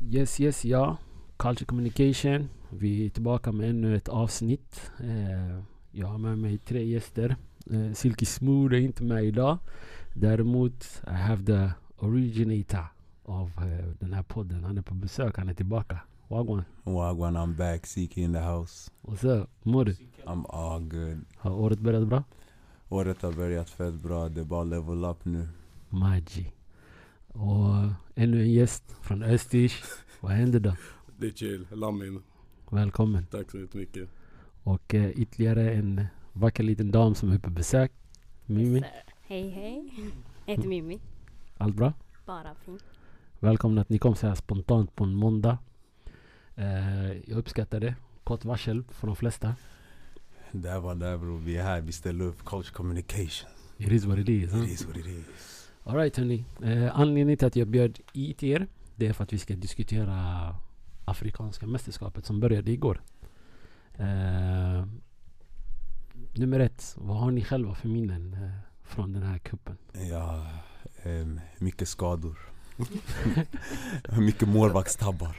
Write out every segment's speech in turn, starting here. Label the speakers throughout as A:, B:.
A: Yes, yes, ja. Culture Communication. Vi är tillbaka med ännu ett avsnitt. Eh, jag har med mig tre gäster. Eh, Silky Smooth är inte med idag. Däremot, I have the originator av eh, den här podden. Han är på besök, han är tillbaka. Wagwan.
B: Wagwan, I'm back, CK in the house.
A: What's up? Mår du?
B: I'm all good.
A: Har året börjat bra?
B: Året har börjat fett bra, det är bara level up nu.
A: Maji. Och ännu en gäst från Östish. Vad händer då?
C: Det är chill, Lamin.
A: Välkommen.
C: Tack så mycket.
A: Och eh, ytterligare en vacker liten dam som är på besök. Mimi,
D: Hej hej. Jag heter Mimmi.
A: allt bra?
D: Bara fint.
A: Välkomna att ni kom så här spontant på en måndag. Eh, jag uppskattar det. Kort varsel för de flesta.
B: Där var där bror, vi är här, vi ställer upp. Coach communication,
A: It is what it is.
B: it is what it is.
A: Alright hörni. Eh, anledningen till att jag bjöd hit er. Det är för att vi ska diskutera Afrikanska mästerskapet som började igår. Eh, nummer ett. Vad har ni själva för minnen eh, från den här kuppen?
B: Ja, ehm, mycket skador. mycket målvaktstabbar.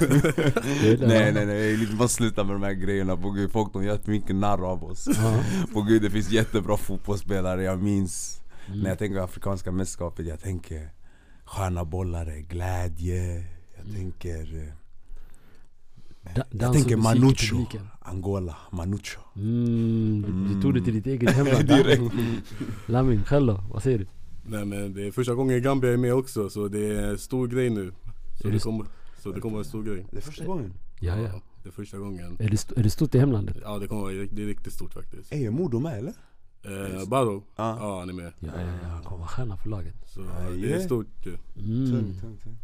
A: är det.
B: nej nej nej, vi måste sluta med de här grejerna. På gud, folk de gör mycket narr av oss.
A: Ja.
B: På gud, det finns jättebra fotbollsspelare, jag minns.
A: Mm.
B: När jag tänker Afrikanska mästerskapet, jag tänker sköna bollare, glädje. Jag
A: Mm.
B: tänker... eh,
A: Da- dans
B: jag
A: och
B: tänker
A: musik i
B: Manucho.
A: publiken.
B: Angola, Manucho.
A: Mm, du- du tog det till ditt eget hemland.
B: Direkt. Mm.
A: Lamin, själv då? Vad säger du?
C: Nej men det är första gången Gambia är med också så det är en stor grej nu. Så
A: Är
C: det
A: det-
C: kommer, så det kommer en stor grej.
B: Det är första gången.
A: Ja, ja.
C: Det är första gången.
A: Är det, st- är det stort i hemlandet?
C: Ja det kommer vara det är riktigt stort faktiskt.
B: Är Modo med eller?
C: Eh, Baro,
B: Ja.
C: ja han är med.
A: Ja, ja, ja. Han kommer vara stjärna för laget.
C: Så
B: Ja,
C: det är
B: yeah.
C: stort ju.
A: Mm.
B: Tung, tung, tung.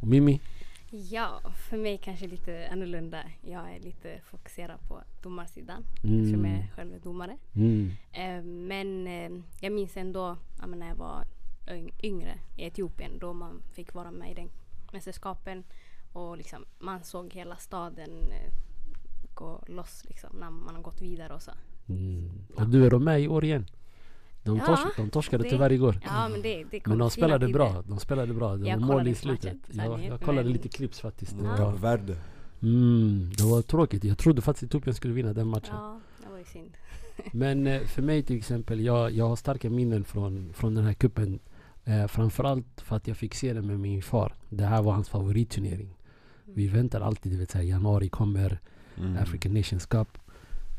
A: Och Mimi?
D: Ja, för mig kanske lite annorlunda. Jag är lite fokuserad på domarsidan eftersom jag
A: Mm.
D: är själv är domare.
A: Mm.
D: Eh, men eh, jag minns ändå ja, men när jag var yng- yngre i Etiopien då man fick vara med i den mästerskapen och liksom, man såg hela staden eh, gå loss liksom, när man har gått vidare och så.
A: Mm. Och du är de med i år igen? De,
D: Ja,
A: tors- de torskade
D: det-
A: tyvärr igår.
D: Ja, men det, det
A: Men
D: kommer
A: de
D: fina
A: spelade
D: tider.
A: bra. De spelade bra. Det
D: Jag
A: var mål
D: kollade
A: i
D: på
A: slutet.
D: matchen, så
A: Jag,
D: ni-
A: jag kollade
D: men-
A: lite klipps faktiskt. Det
B: Mot
A: var,
B: Kap Verde.
A: mm, det var tråkigt. Jag trodde faktiskt Etiopien skulle vinna den matchen.
D: Ja, det var ju synd.
A: Men eh, för mig till exempel, jag, jag har starka minnen från, från den här kuppen. Eh, framförallt för att jag fick se den med min far. Det här var hans favoritturnering.
D: Mm.
A: Vi väntar alltid, du vet så här, januari kommer
B: Mm.
A: African Nations Cup.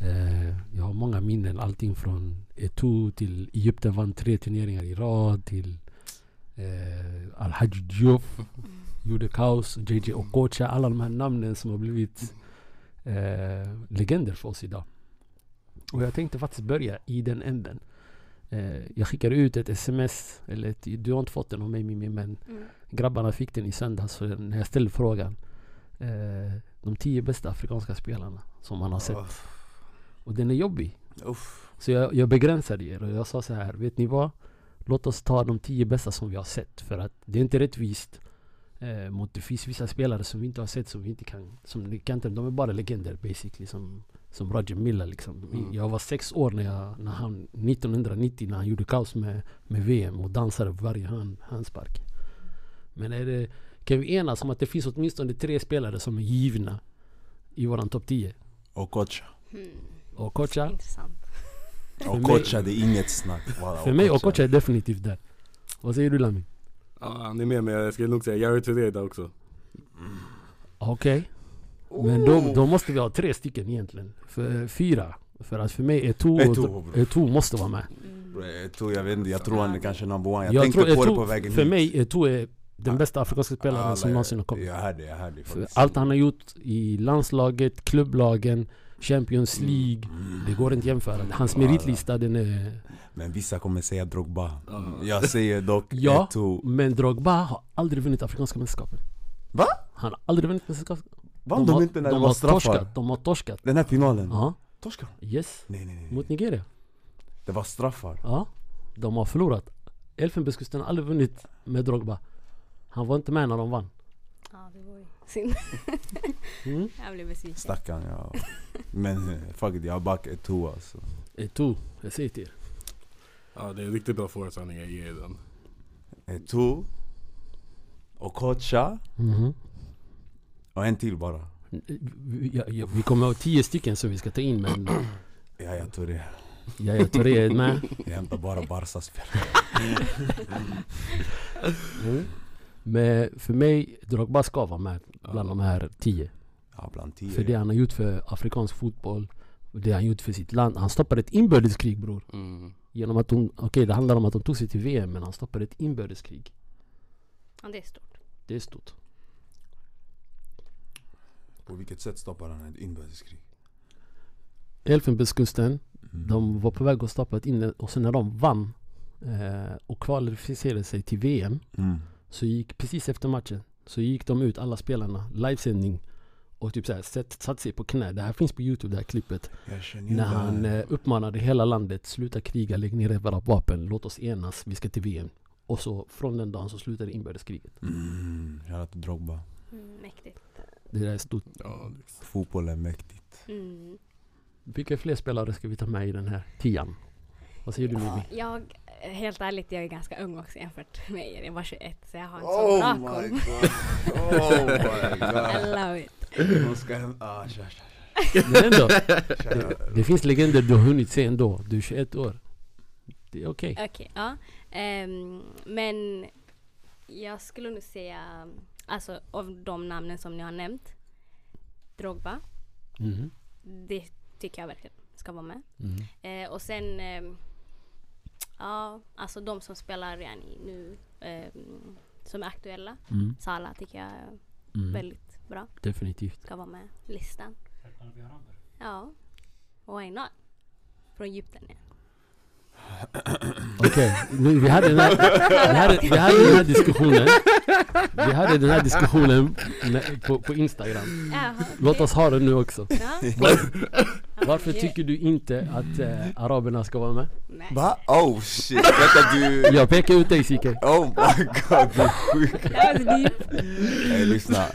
A: Eh, jag har många minnen, allting från Eto till Egypten vann tre turneringar i rad till eh, Al-Hajj Diouf, gjorde kaos, JJ Okocha, alla de här namnen som har blivit eh, legender för oss idag. Och jag tänkte faktiskt börja i den änden. Eh, jag skickade ut ett sms, eller ett, du har inte fått den av mig Mimmi, men
D: Mm.
A: grabbarna fick den i söndags så när jag ställde frågan. Eh, de tio bästa afrikanska spelarna som man har sett.
B: Uff.
A: Och den är jobbig.
B: Uff.
A: Så jag, jag begränsade er och jag sa så här, vet ni vad? Låt oss ta de tio bästa som vi har sett för att det är inte rättvist. Eh, mot det finns vissa spelare som vi inte har sett som vi inte kan, som ni kan inte, de är bara legender basically som, som Roger Miller liksom.
C: Mm.
A: Jag var sex år när, jag, när han, 1990 när han gjorde kaos med, med VM och dansade på varje hand, handspark. Men är det, kan vi enas om att det finns åtminstone tre spelare som är givna i våran topp 10?
B: Okocha.
D: Mm.
A: Och Kocha,
D: Intressant.
A: mig-
B: Okocha, det är inget snack. Walla,
A: För mig Okocha är definitivt där. Vad säger du Lami?
C: Ja, han är med men jag skulle nog säga Jerry Touré där också.
B: Mm.
A: Okej. Men då, då måste vi ha tre stycken egentligen. För, eh, fyra. För att för mig Eto'o
B: Eto'o,
A: Eto,
B: bro.
A: Eto måste vara med.
D: Mm.
B: Bro, Jag Eh, tror, jag vet inte, jag tror han är kanske number one. Jag,
A: Jag
B: tänkte
A: tror
B: på det
A: Eto'o-
B: på vägen
A: för
B: hit.
A: mig Eto'o är den bästa afrikanska spelaren
B: Alla-
A: som någonsin har kommit.
B: Jag hörde, jag hörde.
A: För
B: faktiskt.
A: allt han har gjort i landslaget, klubblagen, Champions
B: Mm.
A: League. Det går inte att jämföra. Hans meritlista den är...
B: Men vissa kommer säga Drogba. Jag säger dock
A: Ja,
B: Eto'o.
A: men Drogba har aldrig vunnit Afrikanska mästerskapen.
B: Va?
A: Han har aldrig vunnit mästerskapen.
B: Vann de,
A: har-
B: inte när
A: de
B: det var
A: har
B: straffar?
A: torskat. De har torskat.
B: Den här finalen?
A: Ja,
B: Torskade de?
A: yes.
B: Nej nej nej.
A: Mot Nigeria.
B: Det var straffar.
A: Ja, de har förlorat. Elfenbenskusten har aldrig vunnit med Drogba. Han var inte med när de vann.
D: Ja, det var ju synd.
A: Mm.
D: Jag blev besviken.
B: Stackarn ja. Men eh, fuck it, jag back Eto'o alltså.
A: Eto, Eh, jag säger till er.
C: Ja det är riktigt bra forehand jag ger den.
B: Eto'o, och Kocha
A: Mhm.
B: och en till bara.
A: Vi- ja, ja, vi kommer ha tio stycken som vi ska ta in men
B: Ja, jag tror det.
A: Yahya Touré är med.
B: Jag hämtar bara Barca-spelare.
A: Mm. Men för mig, Drogba ska vara med bland de här tio.
B: Ja, bland tio.
A: För det han har gjort för afrikansk fotboll, och det han gjort för sitt land. Han stoppade ett inbördeskrig bror.
E: Mm.
A: Genom att hon, okej det handlar om att de tog sig till VM men han stoppade ett inbördeskrig.
D: Ja, det är stort.
A: Det är stort.
B: På vilket sätt stoppar han ett inbördeskrig?
A: Elfenbenskusten, de var på väg att stoppa ett inne och sen när de vann eh, och kvalificerade sig till VM
B: Mm.
A: så gick precis efter matchen så gick de ut alla spelarna, livesändning och typ såhär satt, satt sig på knä. Det här finns på youtube det här klippet.
B: Jag känner
A: När
B: igen det
A: han
B: här.
A: eh, uppmanade hela landet, sluta kriga, lägg ner era vapen, låt oss enas, vi ska till VM. Och så från den dagen så slutade inbördeskriget.
B: Mm, Shoutout till Drogba.
D: Mm, mäktigt.
A: Det där är stort.
C: Ja,
B: Fotboll är mäktigt.
D: Mm.
A: Vilka fler spelare ska vi ta med i den här tian? Vad säger du Mimi?
D: Jag, helt ärligt, jag är ganska ung också jämfört med er. Jag var 21 så jag har en
B: Oh
D: så bra koll.
E: god. Oh my
D: I love it.
E: Hon ska hem. Ah, tja, tja.
A: Men ändå, det, det finns legender du har hunnit se ändå. Du är 21 år. Det är okej.
D: Okej, ja. Ehm, men jag skulle nog säga, alltså av de namnen som ni har nämnt, Drogba,
A: Mhm.
D: det tycker jag verkligen ska vara med.
A: Mm.
D: Eh, och sen, ehm, ja, alltså de som spelar redan i nu, ehm, som är aktuella.
A: Mm.
D: Sala tycker jag är
A: Mm.
D: väldigt bra,
A: Definitivt.
D: ska vara med i listan. Ja, why not? Från Egypten ja.
A: Okej, nu, vi, hade den här, vi, hade, vi hade den här diskussionen. Vi hade den här diskussionen när- på, på Instagram.
D: Jaha,
A: Mm. Låt
D: okej.
A: oss ha den nu också.
D: Ja.
A: Var, varför
D: Ja.
A: tycker du inte att eh, araberna ska vara med?
D: Nej.
B: Va? Oh shit, vänta du...
A: Jag pekar ut dig Sike.
B: Oh my god, du är sjuk.
D: That was deep.
B: Hey, lyssna.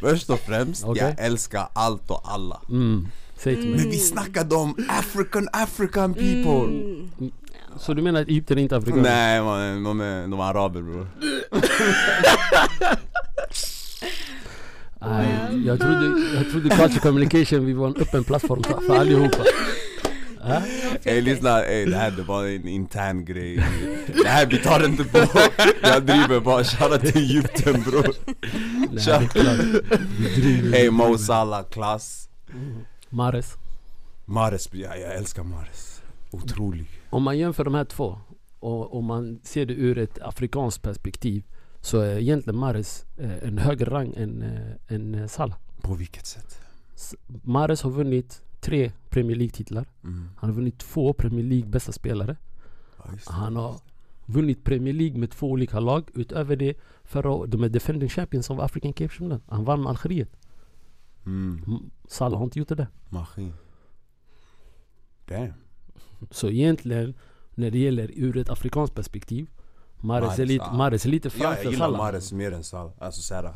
B: Först och främst,
A: Okej.
B: jag älskar allt och alla.
A: Mm. Säg till mig.
B: Men vi snackade om African, African people.
D: Mm.
A: Så du menar att Egypten är inte afrikaner?
B: Nej man, de är, de är araber bror.
A: Nej, jag trodde, jag trodde Culture Communication vi var en öppen plattform för, för allihopa. Ja?
B: Ey lyssna, ey, det här det var en intern grej. Det här vi tar inte på. Jag driver bara, shoutout till Egypten bror.
A: Nej, det är klart. Vi driver.
B: Ey Mo Salah, klass.
A: Mares.
B: Mares, ja, jag älskar Mares. Otrolig.
A: Om man jämför de här två och om man ser det ur ett afrikanskt perspektiv så är egentligen Mares eh, en högre rang än, eh, än eh, Salah.
B: På vilket sätt?
A: S- Mares har vunnit tre Premier League-titlar.
B: Mm.
A: Han har vunnit två Premier League bästa spelare.
B: Ja, just det.
A: Han har vunnit Premier League med två olika lag. Utöver det, förra året, de är defending champions av African Cape Champion. Han vann med Algeriet.
B: Mm.
A: Mm, Salah har inte gjort det där.
B: Maskin. Damn.
A: Så egentligen, när det gäller ur ett afrikanskt perspektiv Mares är
B: Mahrez,
A: lite,
B: ja.
A: Mahrez är lite
B: Ja, jag
A: framför
B: gillar
A: Salah.
B: Mares mer än Salah. Alltså såhär.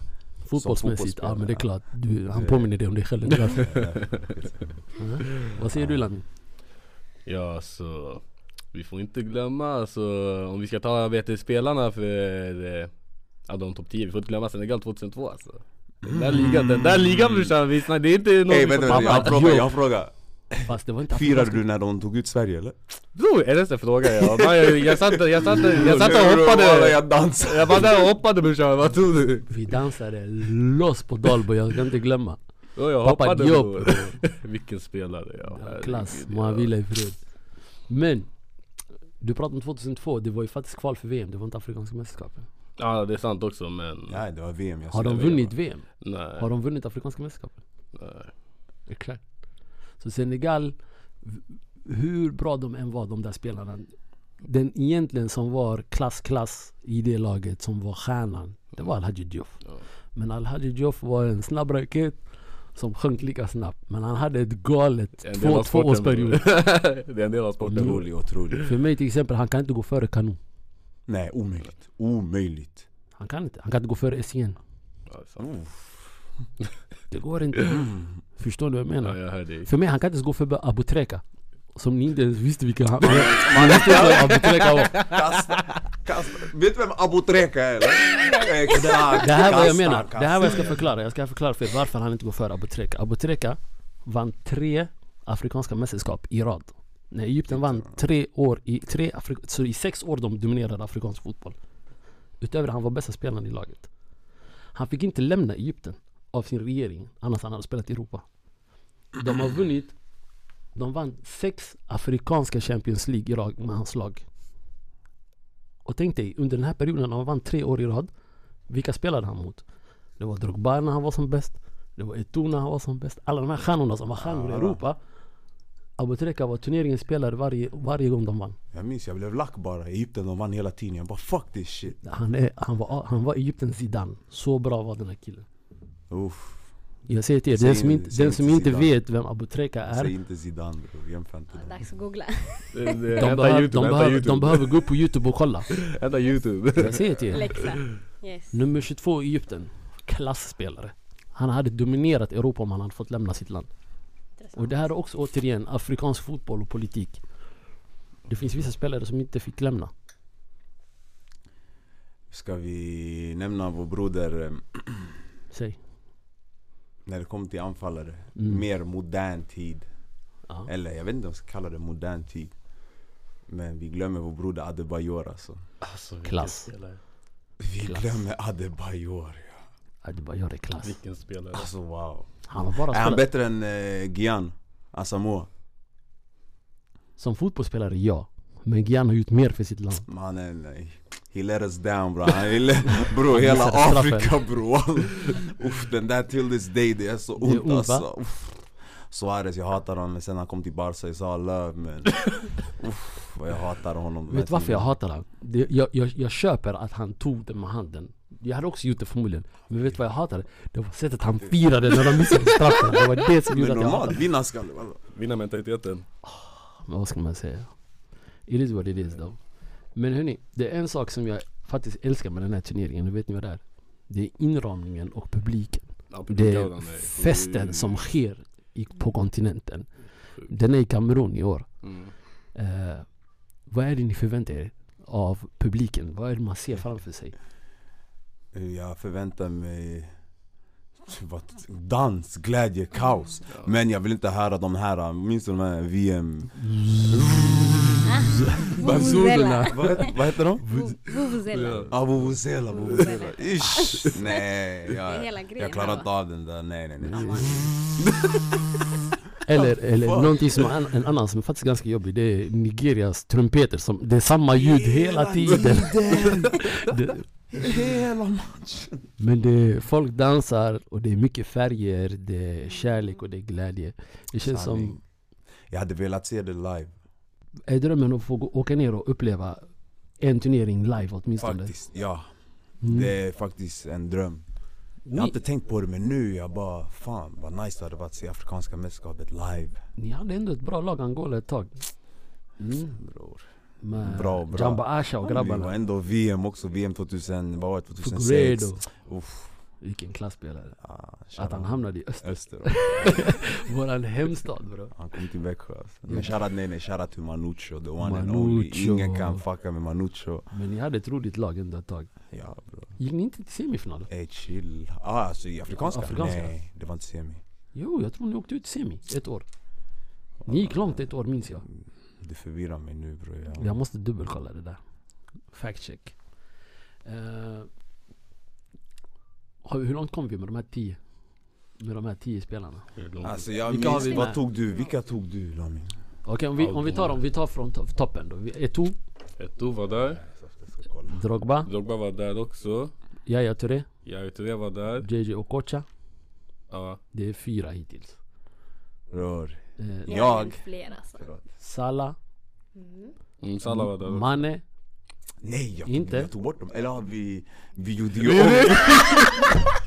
A: Fotbollsmässigt, ja men det är klart. Du, han
B: Det-
A: påminner dig om dig själv. Det är därför.
B: Eh,
A: Vad säger du Lami?
E: Ja, så vi får inte glömma alltså, om vi ska ta vet, du, spelarna för eh, ja, de topp 10, vi får inte glömma Senegal 2002 alltså. Den där ligan, den där ligan brorsan, vi snackar, det är inte någon
B: Ey
E: vi
B: vänta,
E: får
B: vänta, jag har
E: tappa.
B: en fråga, jag har en fråga.
A: Fast det var inte
B: Firade
A: afrikanskt.
B: du när de tog ut Sverige eller?
E: Bror, är det en fråga? Jag, bara, jag, jag satt där, jag satt där, jag satt där och
B: Walla,
E: hoppade.
B: Jag dansade.
E: Jag var där och hoppade brorsan, vad tror du?
A: Vi dansade loss på Dalbo, jag ska inte glömma.
E: Ja, jag
A: Pappa
E: hoppade
A: Diop.
E: bror. Vilken spelare, ja herregud,
A: Klass,
E: ja.
A: må han vila i fred. Men, du pratade om 2002, det var ju faktiskt kval för VM, det var inte Afrikanska mästerskapen.
E: Ja det är sant också men
B: Nej det var VM, jag
A: Har de
B: skulle vilja
A: vunnit
B: vara.
A: VM?
E: nej.
A: Har de vunnit Afrikanska mästerskapen?
E: nej.
A: Exakt. Så Senegal, hur bra de än var de där spelarna. Den egentligen som var klass-klass i det laget, som var stjärnan, det var Alhaji Diouf.
E: Ja.
A: Men Alhaji Diouf var en snabb raket som sjönk lika snabbt. Men han hade ett galet
E: Det är en del
A: två,
E: av sporten,
A: tvåårsperiod.
E: bror. Det är en del av sporten
B: Otrolig, otrolig.
A: För mig till exempel, han kan inte gå före Kanon.
B: Nej omöjligt, omöjligt.
A: Han kan inte. Han kan inte gå före Essien.
E: Ja, det är sant.
A: Det går inte. Förstår du vad jag
E: Ja
A: menar?
E: jag hör dig
A: För mig, han kan inte ens gå före Abutreka. Som ni inte ens visste vilka han man, man visste inte Abu Treka var
B: Kasta, kasta. Vet du vem Abu Treka är eller? Exakt!
A: Det här är vad jag
B: Kasta,
A: menar, det här är vad jag ska
B: kasta.
A: förklara Jag ska förklara för er varför han inte går före Abu Treka Abu Treka vann tre Afrikanska mästerskap i rad När Egypten vann tre år i, tre Afri- så i sex år de dominerade Afrikansk fotboll Utöver det, han var bästa spelaren i laget Han fick inte lämna Egypten av sin regering Annars han hade spelat i Europa De har vunnit De vann sex Afrikanska Champions League i rad med hans lag Och tänk dig, under den här perioden, han vann tre år i rad vilka spelade han mot? Det var Drogba när han var som bäst. Det var Eto'o när han var som bäst. Alla de här stjärnorna som var stjärnor i Europa. Abutreka var turneringens spelare varje, varje gång de vann.
B: Jag minns, jag blev lack bara. Egypten de vann hela tiden. Jag bara fuck this shit.
A: Han, är, han, var, han var Egyptens Zidane. Så bra var den här killen.
B: Uff.
A: Jag säger till er,
B: Säg
A: den som
B: inte-
A: inte,
B: säg
A: den
B: inte
A: som inte
B: Zidane.
A: vet vem Abutreka
B: Säg
A: är.
B: inte Zidane bror, jämför inte det.
D: Dags att googla.
E: Det- det-
A: De,
E: hämta
A: behöver,
E: YouTube,
A: de,
E: hämta
A: behöver,
E: YouTube.
A: de behöver gå upp på Youtube och kolla.
E: Hämta youtube
A: Jag säger till er.
D: Läxa. Yes.
A: Nummer 22 i Egypten. Klassspelare. Han hade dominerat Europa om han hade fått lämna sitt land. Och det här är också återigen afrikansk fotboll och politik. Det finns vissa spelare som inte fick lämna.
B: Ska vi nämna vår broder eh,
A: Säg.
B: när det kommer till anfallare?
A: Mm.
B: Mer modern tid.
A: Ja.
B: Eller jag vet inte om jag ska kalla det modern tid. Men vi glömmer vår broder Adebayor alltså.
E: alltså, vilken
A: Klass.
E: spelare.
B: Vi
A: Klass.
B: glömmer Adebayor. ja.
A: Adebayor är klass.
E: Vilken spelare
B: Alltså wow.
A: Han har bara
B: Är han
A: spelat.
B: bättre än eh, Gian? Asamoah?
A: Som fotbollsspelare, ja. Men Gyan har gjort mer för sitt land.
B: Mannen, nej. He let us down bro, han let, bro hela
A: missade straffen.
B: Afrika bro Uff den där till this day, det är så
A: Det är
B: ont
A: ont, va?
B: alltså Uff. Suarez, jag hatar honom men sen han kom till Barca, jag sa love men Uff, vad jag hatar honom den
A: Vet du
B: här
A: varför jag
B: tiden.
A: hatar honom? Det, jag, jag, jag köper att han tog det med handen. Jag hade också gjort det förmodligen. Men vet du vad jag hatade? Det var sättet han firade när de missade straffen. Det var det som gjorde
B: Men
A: att jag hatade
B: normalt, vinnarskalle walla.
E: Vinnarmentaliteten
A: Men vad ska man säga? It is what it is though. Men hörni, det är en sak som jag faktiskt älskar med den här turneringen. Och vet ni vad det är? Det är inramningen och publiken.
E: Ja,
A: Det
E: publiken,
A: är
E: nej.
A: festen som sker i, på kontinenten. Den är i Kamerun i år.
E: Mm.
A: Eh, vad är det ni förväntar er av publiken? Vad är det man ser framför sig?
B: Jag förväntar mig vad- dans, glädje, kaos Men jag vill inte höra de här, minns du de här VM...
D: Vuvuzela.
B: Vad, vad heter de?
D: Vuvuzela.
B: Ja, vuvuzela, vuvuzela. Ish! Nej,
D: Det är
B: jag,
D: hela grejen.
B: jag klarar
D: här,
B: inte
D: va?
B: av den där. Nej, nej, nej.
A: Eller, eller någonting som an, en annan som är faktiskt ganska jobbig. Det är Nigerias trumpeter. Som, det är samma ljud hela tiden. Det-
B: Hela matchen.
A: Men det är, folk dansar och det är mycket färger, det är kärlek och det är glädje. Det känns som,
B: Sanning. Jag hade velat se det live.
A: är drömmen att få gå, åka ner och uppleva en turnering live åtminstone?
B: Faktiskt, ja.
A: Mm.
B: Det är faktiskt en dröm. Jag har
A: Ni,
B: inte tänkt på det men nu, jag bara fan vad nice det hade varit att se Afrikanska mästerskapet live.
A: ni hade ändå ett bra lag Angola ett tag. Mm.
B: Bror.
A: Med
B: Bra, bra.
A: Jamba Asha och
B: Det var
A: grabbarna.
B: ändå VM också, VM 2000, vad var det? 2006?
A: Figueredo.
B: Uff,
A: Vilken klasspelare.
B: ja,
A: Att han
B: shoutout.
A: hamnade i öst,
B: Öster,
A: våran hemstad bro.
B: han kom till Växjö alltså. Men shoutout nej nej, shoutout till Manucho, the one and only
A: Manucho.
B: Ingen kan fucka med Manucho
A: Men ni hade ett roligt lag ändå ett tag.
B: Ja bror
A: Gick ni inte till semifinalen?
B: Ey E, chill. Ah, alltså i afrikanska?
A: Afrikanska.
B: Nej, det var inte semi.
A: Jo, jag tror ni åkte ut i semi ett år. Ni gick långt ett år minns jag.
B: Det förvirrar mig nu bror. Jag,
A: Jag måste dubbelkolla det där. Fact check. Eh, har vi- hur långt kom vi med de här tio? Med de här tio spelarna?
E: Mm.
B: Alltså jag
A: Vilka har
B: minns,
A: vi
B: vad
A: med?
B: tog du? Vilka tog du Lamin?
A: Okej om, vi, om vi tar om vi tar från to- toppen då. Vi- Eto'o,
E: Eto'o var där,
A: Drogba,
E: Drogba var där också
A: Yahya Touré,
E: Yahya Touré var där
A: JJ Okocha.
E: Ja,
A: Det är fyra hittills.
B: Rör.
A: Eh,
B: Jag.
D: Jag. Fler alltså.
A: Salah,
E: mm, Salah var där också.
A: Mane.
B: Nej jag tog,
A: Inte?
B: jag tog bort dem. Eller har vi, vi gjorde ju om.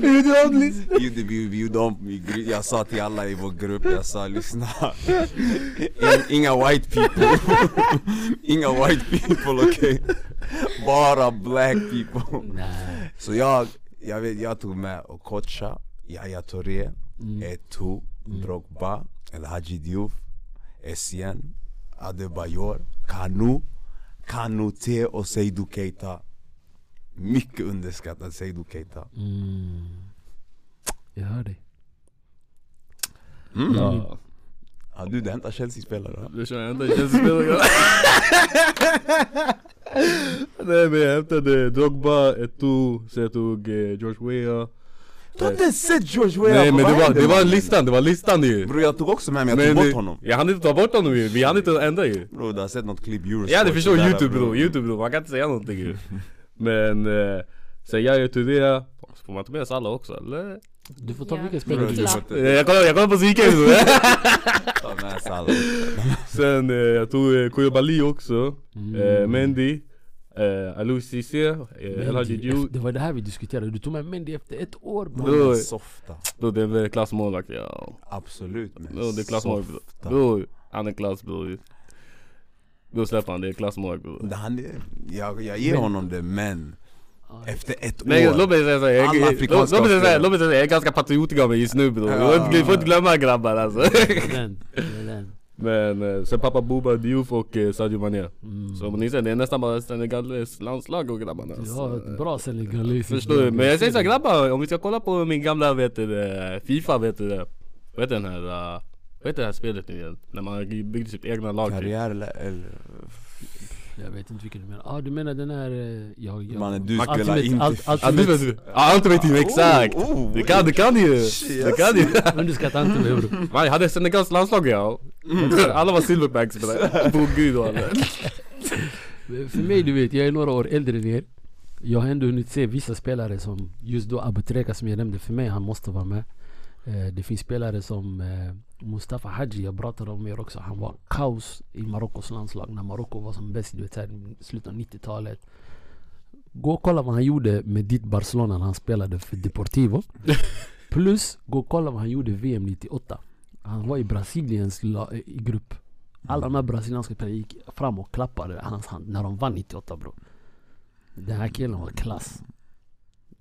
B: Vi gjorde om listan. Vi, vi gjorde om. i gru- Jag sa till alla i vår grupp, jag sa lyssna. In, inga white people. inga white people okej. Bara black people.
A: Nej.
B: Så jag, jag, vet, jag tog med
E: Mm.
B: Okocha, Yahya Touré, Eto'o, Drogba, El Hadji Diouf Essien, Adebayor, Kanu, Kanute och Seydou Keita. Mycket underskattad Seydou Keita.
A: Mm. Jag hör dig.
B: Mm.
E: Ja,
B: Ja, du, det hämtar Chelsea-spelare.
E: du kör hämta Chelsea-spelare Nej men jag hämtade Drogba, Eto'o, sen jag tog eh, George Weah
B: Du har inte ens sett George Weah!
E: Nej men det
B: Vad
E: var,
B: händer
E: det var
B: med
E: listan, det var listan ju!
B: honom? Bror jag tog också med mig, jag
E: Men
B: tog
E: det-
B: bort honom.
E: Jag hann inte ta bort honom ju, vi hann inte ändra ju
B: Bror du har sett något klipp, Eurosport.
E: Ja det förstår
B: där,
E: youtube
B: bror.
E: bror, youtube bror, man kan inte säga någonting ju Men, eh, sen jag och Tudea, får man ta med oss alla också eller?
A: Du får ta
D: Ja.
A: vilken spelare
B: Bror, du
A: du
D: Klart.
B: får
E: Eh,
B: inte
E: Jag kollar, jag kollar på Zike bror!
B: ta med oss alla.
E: sen eh, jag tog eh, Koulibaly också, eh,
A: Mm.
E: Mendy eh, Alou Cissé, eh, El Hadji
A: Mendy,
E: Diouf
A: efter- Det var det här vi diskuterade, du tog med Mendy efter ett år bror.
E: Bror.
B: Men Softa.
E: Bror det är väl klassmålvakt ja
B: Absolut men
E: Bror det är klassmålvakt bror.
B: softa.
E: Bror, han är klass bror Bror släpp han, det är klassmålvakt bror
B: Det Han är, jag, jag ger
A: Men-
B: honom det men efter ett
E: Nej
B: år
E: låt mig säga såhär, jag,
B: Alla
E: jag- låt,
B: afrikanska
E: låt mig säga såhär,
B: spelare.
E: låt mig säga såhär, jag är ganska patriotisk av mig just nu bror
B: Ja.
E: Ni får inte glömma grabbar alltså
A: Det är den, det är den.
E: Men eh, sen pappa Boba Diouf och eh, Sadio Mané
A: Mm.
E: Så om ni ser, det är nästan bara Senegales landslag och grabbarna
A: Du
E: så,
A: har
E: eh,
A: ett bra senegalesiskt
E: Förstår du? Men jag säger såhär grabbar, om vi ska kolla på min gamla vet du det, Fifa vet du det Vad heter den här, eh, vad heter det här spelet nu igen? När man byggde sitt egna lag typ.
B: Karriär eller, eller
A: Jag vet inte vilken du menar. Ah, du menar den här... eh, Jag, jag.
B: mannen du
A: Ultimate-
B: spelar inte Alltså,
A: Ult-
E: Ja du vet,
A: Ultimate-
E: ja Ultimate Team exakt!
B: Oh, oh,
E: Du kan, du kan ju! Du kan ju!
A: Underskatta inte mig bror.
E: Man, jag hade Senegals landslag ja
B: Mm.
E: Alla var silverbacks bror, på gud och alla
A: Men För mig du vet, jag är några år äldre än er. Jag har ändå hunnit se vissa spelare som just då Abutreka som jag nämnde, för mig han måste vara med. Eh, det finns spelare som eh, Mustafa Hadji, jag pratade om er också. Han var kaos i Marokkos landslag när Marocko var som bäst, du vet så här, i slutet av 90-talet. Gå och kolla vad han gjorde med ditt Barcelona när han spelade för Deportivo. Plus, gå och kolla vad han gjorde VM 98. Han var i Brasiliens la- eh, i grupp. Alla de här brasilianska spelarna gick fram och klappade hans hand när de vann 98 bro. Den här killen var klass.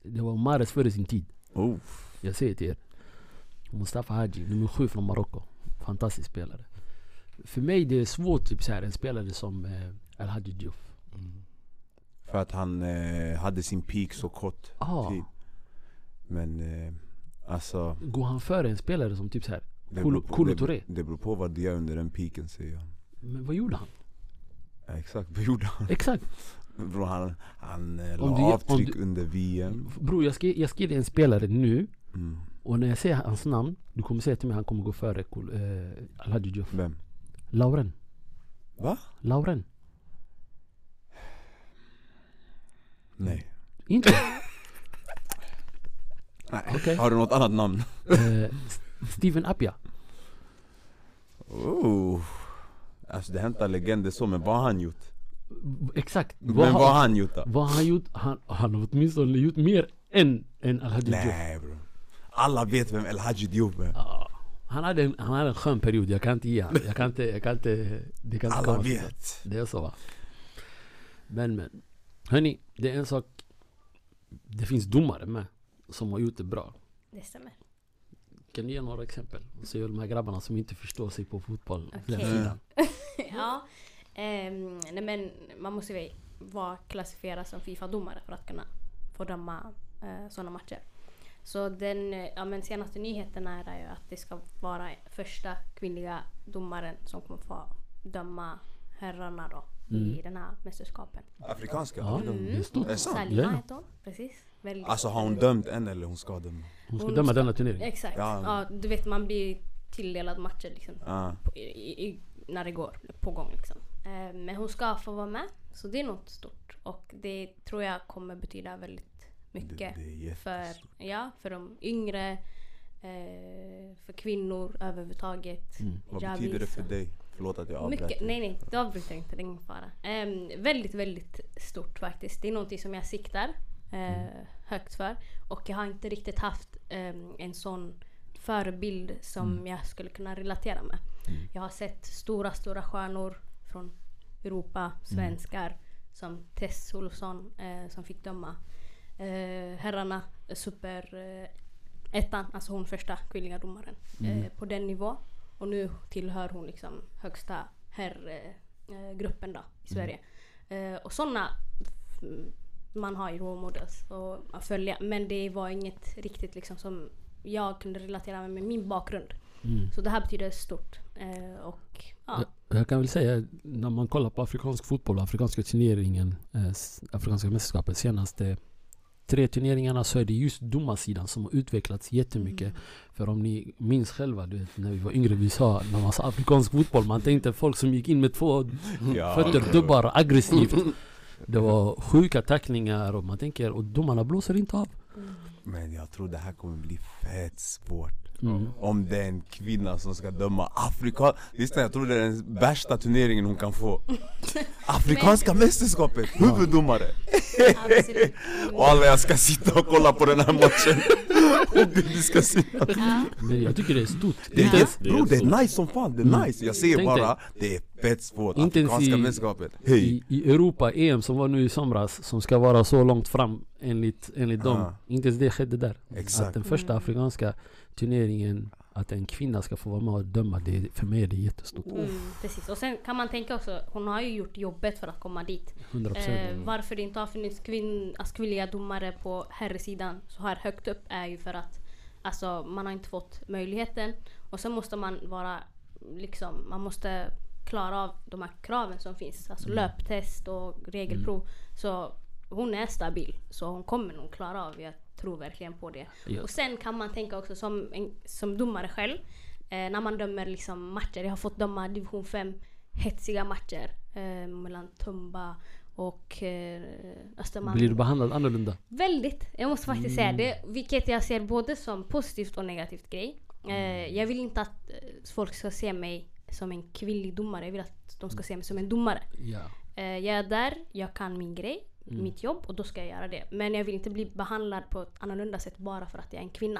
A: Det var Mares före sin tid.
B: oh.
A: Jag säger till er. Mustafa Hadji, nummer sju från Marocko. Fantastisk spelare. För mig det är svårt typ så här, en spelare som eh, El Hadji Diouf.
B: För att han eh, hade sin peak så kort
A: Ah,
B: tid Men eh, alltså
A: går han före en spelare som typ så här.
B: det
A: Kolo-
B: beror på-
A: Kolo
B: det-
A: Touré.
B: Det beror på vad du gör under den peaken säger jag
A: Men vad gjorde han?
B: Ja, Exakt, vad gjorde han?
A: Exakt.
B: Bror han, han eh,
A: Om du-
B: la
A: om
B: avtryck
A: du-
B: under VM
A: Bror jag ska, jag ska ge dig en spelare nu.
B: mm.
A: Och när jag säger hans namn, du kommer säga till mig han kommer gå före Kul- eh, El Hadji Diouf.
B: Vem?
A: Lauren.
B: Va?
A: Lauren. Mm.
B: Nej
A: Inte?
B: Nej.
A: Okej.
B: Har du något annat namn?
A: Eh, S- Steven Appiah.
B: Oh. Alltså det hämtar legender så, men vad har han gjort?
A: V- Exakt.
B: men vad har
A: har,
B: han gjort då?
A: vad har han gjort? Han, han har åtminstone gjort mer än, än al Hadid Diouf.
B: Nej bro. Alla vet vem El Hadji Diop är.
A: han hade, en, han hade en skön period, jag kan inte ge honom. Jag kan inte, jag kan inte, det kan inte
B: Alla
A: komma till det.
B: vet.
A: Det är så va. Men men. Hörni, det är en sak. Det finns domare med. Som har gjort det bra.
D: Det stämmer.
A: Kan du ge några exempel? Så gör de här grabbarna som inte förstår sig på fotboll. på den
D: Okej.
A: sidan.
D: ja. Ehm, nej men man måste ju vara klassificerad som Fifa-domare för att kunna få döma eh, sådana matcher. Så den eh, ja, men senaste nyheten är ju att det ska vara första kvinnliga domaren som kommer få döma herrarna då
A: Mm.
D: i den här mästerskapen.
B: Afrikanska? Mm.
A: Ja, Mm. det är stort.
B: Är det sant?
A: Ja.
D: Salima heter hon, precis. Väldigt-
B: Alltså har hon dömt en eller hon ska döma?
A: Hon ska
D: Hon
A: döma
D: ska-
A: denna turnering.
D: Exakt.
B: Ja.
D: Ja. du vet man blir tilldelad matcher liksom.
B: Ah.
D: i, i, i, när det går på gång liksom. Eh, men hon ska få vara med. Så det är något stort. Och det tror jag kommer betyda väldigt mycket.
B: Det- det är
D: för,
B: jättestort.
D: ja, för de yngre. Eh, för kvinnor överhuvudtaget.
B: Mm. Vad
D: Hijabis.
B: betyder det för dig? Förlåt att jag
D: Mycket,
B: avbröt. dig.
D: nej nej, det avbryter jag inte. Det är ingen fara. Eh, väldigt, väldigt stort faktiskt. Det är någonting som jag siktar eh,
B: Mm.
D: högt för. Och jag har inte riktigt haft eh, en sån förebild som
B: Mm.
D: jag skulle kunna relatera med. Jag har sett stora, stora stjärnor från Europa,
B: Mm.
D: svenskar som Tess Olofsson eh, som fick döma eh, herrarna,
B: Mm.
D: super eh, ettan, alltså hon första kvinnliga domaren eh, på den nivå. Och nu tillhör hon liksom högsta herrgruppen då i Sverige. Eh, och sådana mm, man har ju role models och att följa. Men det var inget riktigt liksom som jag kunde relatera med, med min bakgrund.
A: Mm.
D: Så det här betyder stort. Eh, och ja,
A: Jag, jag kan väl säga, när man kollar på afrikansk fotboll och afrikanska turneringen, eh, s- afrikanska mästerskapet senaste tre turneringarna så är det just domarsidan som har utvecklats jättemycket. För om ni minns själva, du vet, när vi var yngre, vi sa när man sa afrikansk fotboll, man tänkte folk som gick in med två
B: Ja, Mm.
A: fötter, dubbar, aggressivt. Det var sjuka tacklingar och man tänker, och domarna blåser inte av.
B: Men jag tror det här kommer bli fett svårt.
A: Mm.
B: Om det är en kvinna som ska döma Afrika. Lyssna jag tror det är den värsta turneringen hon kan få. Afrikanska mästerskapet, huvuddomare!
D: absolut.
B: Och alla jag ska sitta och kolla på den här matchen. Och du ska sitta.
D: Ja.
A: Men jag tycker det är stort.
B: Det
A: Inte
B: är,
A: ens-
E: det är
B: bro, det
E: så.
B: är nice som fan, det är nice. Jag säger
A: Mm. Tänk
B: bara, det är fett svårt.
A: Inte ens
B: Afrikanska
A: i-
B: mästerskapet. Hej!
A: i, i Europa, EM som var nu i somras, som ska vara så långt fram enligt, enligt dem.
B: Ah.
A: Inte ens det skedde där.
B: Exakt.
A: Att den första
D: Mm.
A: afrikanska turneringen, att en kvinna ska få vara med och döma, det, är- för mig är det jättestort.
D: Mm, precis. Och sen kan man tänka också, hon har ju gjort jobbet för att komma dit.
A: 100 procent.
D: Eh, varför det inte har funnits kvinn, alltså kvinnliga domare på herrsidan så här högt upp är ju för att alltså, man har inte fått möjligheten. Och sen måste man vara liksom, man måste klara av de här kraven som finns.
A: Mm.
D: Alltså löptest och regelprov. Så hon är stabil. Så hon kommer nog klara av, jag tror verkligen på det.
A: Ja.
D: Och sen kan man tänka också som, en, som domare själv. Eh, när man dömer liksom matcher. Jag har fått döma division 5 hetsiga matcher. Eh, mellan Tumba och eh, Östermalm.
A: Blir du Mm. behandlad annorlunda?
D: Väldigt. Jag måste faktiskt säga det. Vilket jag ser både som positivt och negativt grej.
A: Mm.
D: Eh, jag vill inte att eh, folk ska se mig som en kvinnlig domare. Jag vill att de ska se mig som en domare.
A: Ja.
D: Eh, jag är där, jag kan min grej, mitt jobb och då ska jag göra det. Men jag vill inte bli behandlad på ett annorlunda sätt bara för att jag är en kvinna.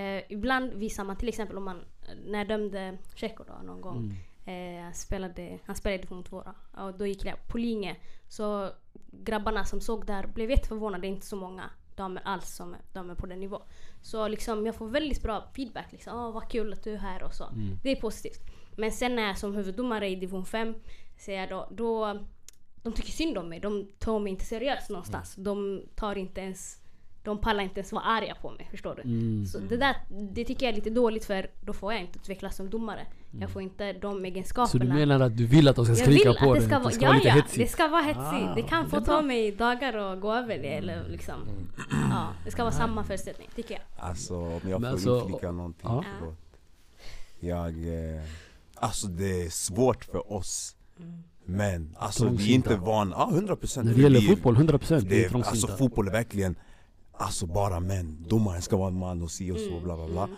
D: Eh, ibland visar man till exempel om man, när jag dömde Tjecko då någon gång. Eh, han, spelade, han spelade i division 2 då. Och då gick jag på linje. Så grabbarna som såg där blev jätteförvånade. Det är inte så många damer alls som är damer på den nivån. Så liksom, jag får väldigt bra feedback. Liksom, oh, vad kul att du är här och så.
A: Mm.
D: Det är positivt. Men sen när jag som huvuddomare i division 5 ser jag då, då de tycker synd om mig. De tar mig inte seriöst någonstans.
A: Mm.
D: De tar inte ens de pallar inte ens vara arga på mig, förstår du?
A: Mm.
D: Så det där det tycker jag är lite dåligt för då får jag inte utvecklas som domare. Jag får inte de egenskaperna.
A: Mm. Så du menar att du vill att de ska
D: Jag vill
A: skrika
D: att
A: på
D: det
A: dig?
D: ska
A: att
D: vara,
A: det ska
D: ja,
A: vara lite
D: ja, det
A: hetsigt?
D: ska vara hetsigt.
A: Ah,
D: det kan få
A: det är
D: ta
A: bra.
D: mig dagar och gå över det. Eller liksom. ja, det ska vara samma förutsättning tycker jag.
B: Alltså om jag får
A: Men alltså,
B: inflika någonting,
A: ja.
B: förlåt. Jag... Eh, alltså det är svårt för oss. Men alltså vi är inte
A: Trångsynta.
B: vana, ja 100% procent.
A: När det gäller fotboll, 100 procent. Det
B: Det
A: är
B: är, alltså
A: trångsynta.
B: fotboll är verkligen, alltså bara män. Domaren ska vara en man och si och så bla bla
A: Mm.
B: bla.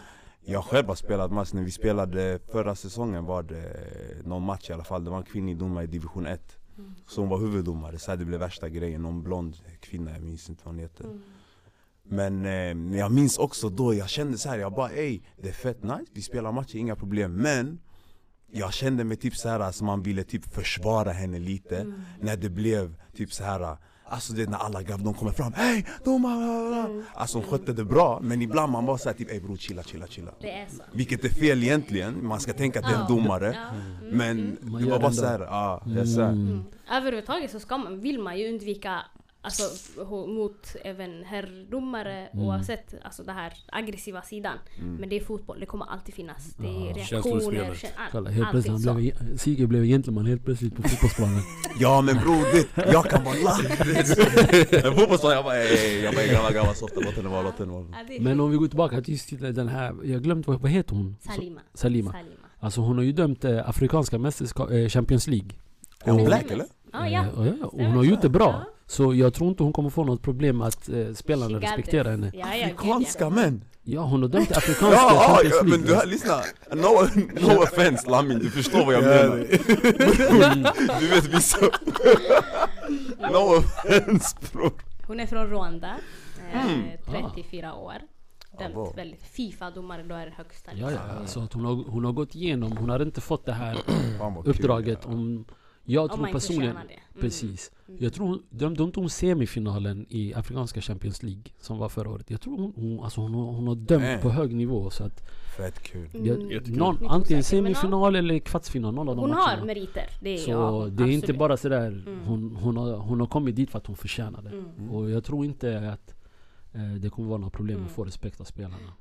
B: Jag själv har spelat match, när vi spelade förra säsongen var det någon match i alla fall, det var en kvinnlig domare i division 1.
A: Mm.
B: Så hon var huvuddomare, så här, det blev värsta grejen, någon blond kvinna, jag minns inte vad hon heter. Men eh, men jag minns också då, jag kände så här, jag bara ey, det är fett nice, vi spelar matcher, inga problem. Men jag kände mig typ så här, alltså man ville typ försvara henne lite
D: Mm.
B: När det blev typ så här Alltså det är när alla grabb, de kommer fram Hej! De mm. Alltså hon skötte det bra men ibland man bara såhär typ Ey bror chilla chilla chilla
D: Det är så.
B: Vilket är fel egentligen, man ska tänka att det är en
D: Ja.
B: domare
D: Ja. Mm.
B: Men
A: Man
B: det
A: gör
B: var bara
A: det
B: såhär, ja det är såhär
D: Mm. Överhuvudtaget så ska man, vill man ju undvika Alltså ho- mot även herrdomare oavsett alltså den här aggressiva sidan. Men det är fotboll, det kommer alltid finnas. Det är reaktioner,
E: Känslospelet.
D: kän- all-
A: Kolla, helt
D: allting
A: plötsligt
D: så.
A: han blev, Sigge blev gentleman helt plötsligt på fotbollsplanen.
B: Ja men bror det, jag kan vara lack! Fotbollsspelare, jag bara ey jag bara ey, grabbar grabbar softa låt henne vara, låt henne vara
D: Ja, det är
A: Men om vi går tillbaka just till den här, jag glömde vad vad heter hon?
D: Salima.
A: Salima. Alltså hon har ju dömt eh, Afrikanska mästerskap, eh, Champions League.
B: Är hon black eller?
D: Ja, ja.
A: Eh, och ja, och hon har gjort det bra. Så jag tror inte hon kommer få något problem att eh,
D: She
A: spelarna
D: got
A: respekterar
D: this.
A: henne.
D: Ja, ja, gud,
B: Afrikanska män!
A: Ja, hon har dömt
B: Ja,
A: Afrikanska
B: ja,
A: Champions
B: ja men du
A: League.
B: hör, lyssna. No, no offense Lamin, du förstår vad jag menar. Du vet vissa... No offense bror.
D: Hon är från Rwanda. Eh,
B: Mm.
D: 34 år. Dömt
B: wow.
D: väldigt... Fifa-domare, då är det högsta. liksom.
A: Ja, ja. Så att hon, har, hon har gått igenom, hon har inte fått det här
B: Fan, vad kul,
A: uppdraget
B: ja.
A: om jag
D: Om
A: tror
D: man inte
A: personligen...
D: tjänar det. Mm.
A: Precis.
D: Mm.
A: Jag tror, de, de tog semifinalen i Afrikanska Champions League som var förra året. Jag tror hon, hon, alltså hon, har- hon har dömt
B: Nej.
A: på hög nivå. Så att
B: Fett kul.
A: jag,
D: Mm.
E: Jättekul.
A: någon,
D: Mycket
A: antingen
D: osäker, men ja.
A: semifinal eller kvartsfinal, någon av de
D: Hon
A: matcherna.
D: har meriter, det är
A: Så
D: jag.
A: det är inte
D: absolut.
A: bara sådär,
D: Mm.
A: hon, hon, har, hon har kommit dit för att hon förtjänar det.
D: Mm.
A: Och jag tror inte att eh, det kommer vara några problem
D: Mm.
A: att få respekt av spelarna.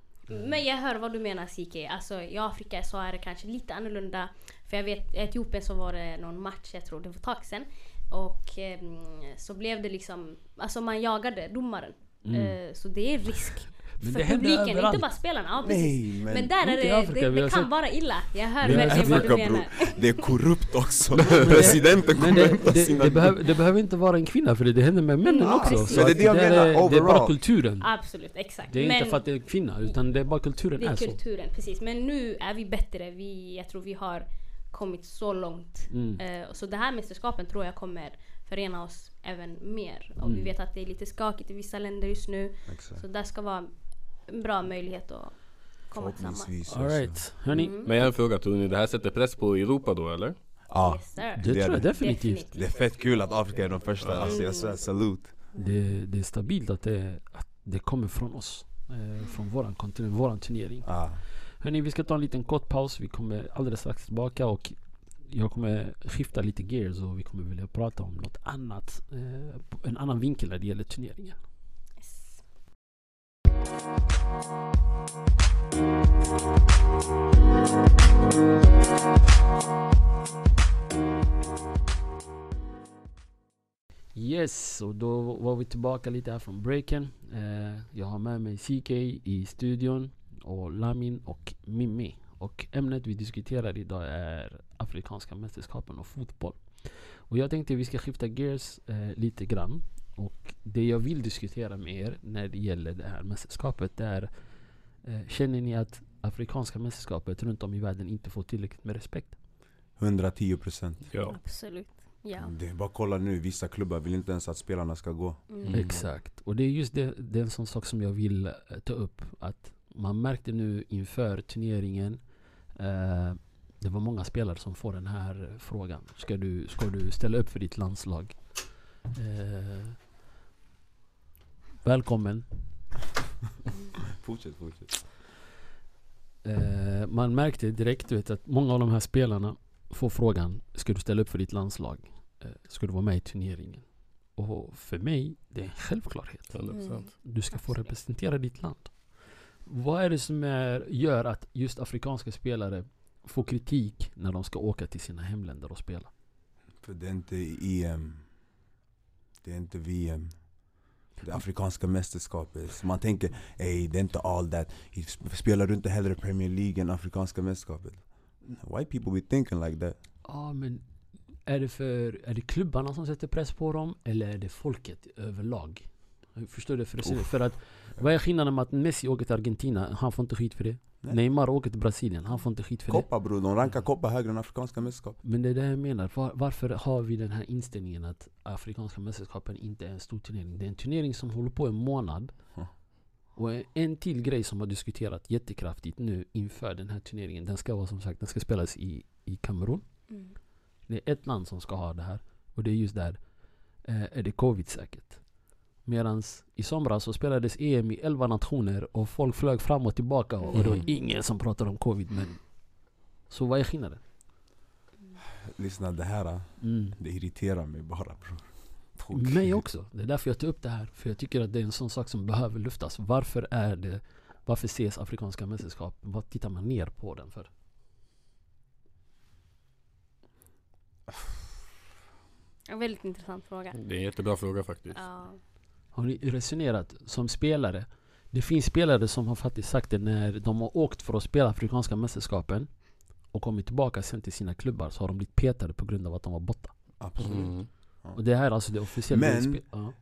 D: Men jag hör vad du menar CK. Alltså i Afrika så är det kanske lite annorlunda. För jag vet i Etiopien så var det någon match, jag tror det var ett tag sedan. Och ehm, så blev det liksom, alltså man jagade domaren. Eh, så det är risk.
A: Mm. Men
D: för
A: det händer
D: publiken,
A: överallt.
D: inte bara spelarna. Ja, precis.
B: Nej
D: Men,
B: men,
D: där är
A: inte i
D: det,
A: Afrika,
D: det,
A: vi
D: det
A: har
D: kan
A: sett-
D: vara illa. Jag hör
A: Vi har
D: verkligen
A: sett-
D: vad du
B: Snacka
D: menar.
B: bror, det är korrupt också. Presidenten
A: Men
B: kommer
A: det,
B: hämta
A: det,
B: sina
A: det, behöver, det behöver inte vara en kvinna för det, det händer med männen
D: Mm,
A: också.
D: precis.
A: Så
D: Men
B: det är
A: att
B: det jag
A: där
B: menar,
A: är, det är bara
B: overall.
A: kulturen.
D: Absolut, exakt.
A: Det är
D: Men-
A: inte för att det är kvinna utan det är bara kulturen
D: Det
A: är
D: är
A: så.
D: kulturen, precis. Men nu är vi bättre. Vi, jag tror vi har kommit så långt.
A: Mm.
D: Eh, så det här mästerskapen tror jag kommer förena oss även mer. Och
A: Mm.
D: vi vet att det är lite skakigt i vissa länder just nu.
B: Exakt.
D: Så där ska vara en bra möjlighet att komma tillsammans.
B: Förhoppningsvis. alltså.
A: Alright, hörni.
D: Mm.
E: Men jag har en fråga, tror ni det här sätter press på Europa då eller?
B: Ja.
D: Yes, sir.
A: Det
B: Det är
A: tror jag
B: det.
A: definitivt.
B: Det är fett kul att Afrika är de första, alltså jag svär, salute.
A: Det, det är stabilt att det, att det kommer från oss. Eh, från våran kontinent, våran turnering.
B: Ah.
A: Hörni, vi ska ta en liten kort paus. Vi kommer alldeles strax tillbaka och jag kommer skifta lite gears och vi kommer vilja prata om något annat. Eh, på- en annan vinkel när det gäller turneringen.
D: Yes.
A: Yes, och då var vi tillbaka lite här från breaken. Eh, jag har med mig CK i studion och Lamin och Mimmi. Och ämnet vi diskuterar idag är Afrikanska mästerskapen och fotboll. Och jag tänkte vi ska skifta gears eh, lite grann. Och det jag vill diskutera med er när det gäller det här mästerskapet det är eh, Känner ni att Afrikanska mästerskapet runt om i världen inte får tillräckligt med respekt?
B: 110 procent.
E: Ja.
D: Absolut. Ja.
A: Mm.
B: Det är bara kolla nu, vissa klubbar vill inte ens att spelarna ska gå.
D: Mm.
A: Exakt. Och det är just det, det är en sån sak som jag vill eh, ta upp. Att man märkte nu inför turneringen. Eh, det var många spelare som får den här eh, frågan. Ska du, ska du ställa upp för ditt landslag? Eh, välkommen.
B: Fortsätt, fortsätt.
A: Eh, man märkte direkt du vet, att många av de här spelarna får frågan Ska du ställa upp för ditt landslag? Eh, ska du vara med i turneringen? Och för mig, det är en självklarhet.
E: 100%.
B: Mm.
A: Du ska få
D: Absolut.
A: representera ditt land. Vad är det som är, gör att just afrikanska spelare får kritik när de ska åka till sina hemländer och spela?
B: För det är inte EM. Det är inte VM. Det afrikanska mästerskapet. Så man tänker, ey det är inte all that. Spelar du inte hellre Premier League än afrikanska mästerskapet? White people be thinking like that.
A: Ja, men är det, för, är det klubbarna som sätter press på dem eller är det folket överlag? Förstår du? För, det, för att vad är skillnaden med att Messi åker till Argentina, han får inte skit för det.
B: Nej.
A: Neymar åker till Brasilien, han får inte skit för det.
B: Koppa bror, de rankar koppa högre än afrikanska mästerskapet.
A: Men det är det jag menar. Var, varför har vi den här inställningen att Afrikanska mästerskapen inte är en stor turnering? Det är en turnering som håller på en månad.
B: Ja.
A: Och en- en till grej som har diskuterats jättekraftigt nu inför den här turneringen. Den ska vara som sagt, den ska spelas i i Kamerun.
D: Mm.
A: Det är ett land som ska ha det här. Och det är just där eh, är det covid säkert. Medan i somras så spelades EM i 11 nationer och folk flög fram och tillbaka och det var
D: Mm.
A: ingen som pratade om covid. Men... Så vad är skillnaden?
B: Lyssna det här,
A: Mm.
B: det irriterar mig bara bror. Tråkigt.
A: Mig också. Det är därför jag tar upp det här. För jag tycker att det är en sån sak som behöver lyftas. Varför är det varför ses Afrikanska mästerskap? Vad tittar man ner på den för?
D: En väldigt intressant fråga.
E: Det är en jättebra fråga faktiskt.
D: Ja.
A: Har ni resonerat som spelare? Det finns spelare som har faktiskt sagt det när de har åkt för att spela Afrikanska mästerskapen och kommit tillbaka sen till sina klubbar så har de blivit petade på grund av att de var borta.
B: Absolut.
E: Mm.
A: Och det här är alltså det officiella...
B: Men-
A: inspe- ja.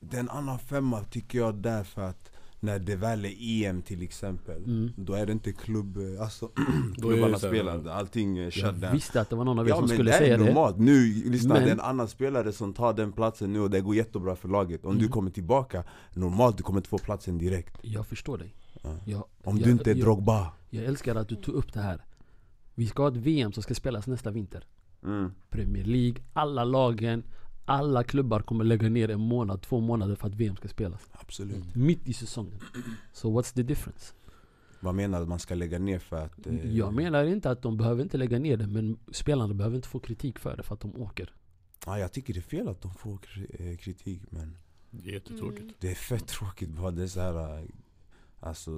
B: Det är en annan femma tycker jag därför att när det väl är EM till exempel
A: Mm.
B: Då är det inte klubb, alltså
E: Då är
B: klubbarna
E: det så här-
B: spelar, allting är shut
A: Jag
B: down
A: visste att det var någon av er
B: Ja
A: som
B: men
A: skulle
B: det är
A: säga det.
B: normalt, nu lyssna
A: Men-
B: det är en annan spelare som tar den platsen nu och det går jättebra för laget Om du kommer tillbaka, normalt du kommer inte få platsen direkt
A: Jag förstår dig.
B: Ja.
A: Jag,
B: Om
A: jag,
B: du inte är
A: jag-
B: Drogba
A: Jag älskar att du tog upp det här. Vi ska ha ett VM som ska spelas nästa vinter.
B: Mm.
A: Premier League, alla lagen, alla klubbar kommer lägga ner en månad, två månader för att VM ska spelas.
B: Absolut.
A: Mitt i säsongen. Så what's the difference?
B: Vad menar du att man ska lägga ner för att... eh,
A: Mm, Jag menar inte att de behöver inte lägga ner det, men spelarna behöver inte få kritik för det för att de åker.
B: Ja, jag tycker det är fel att de får kri- eh, kritik men
E: Det är
D: Mm.
E: jättetråkigt
B: det är fett tråkigt bara. Det är så här, eh, alltså,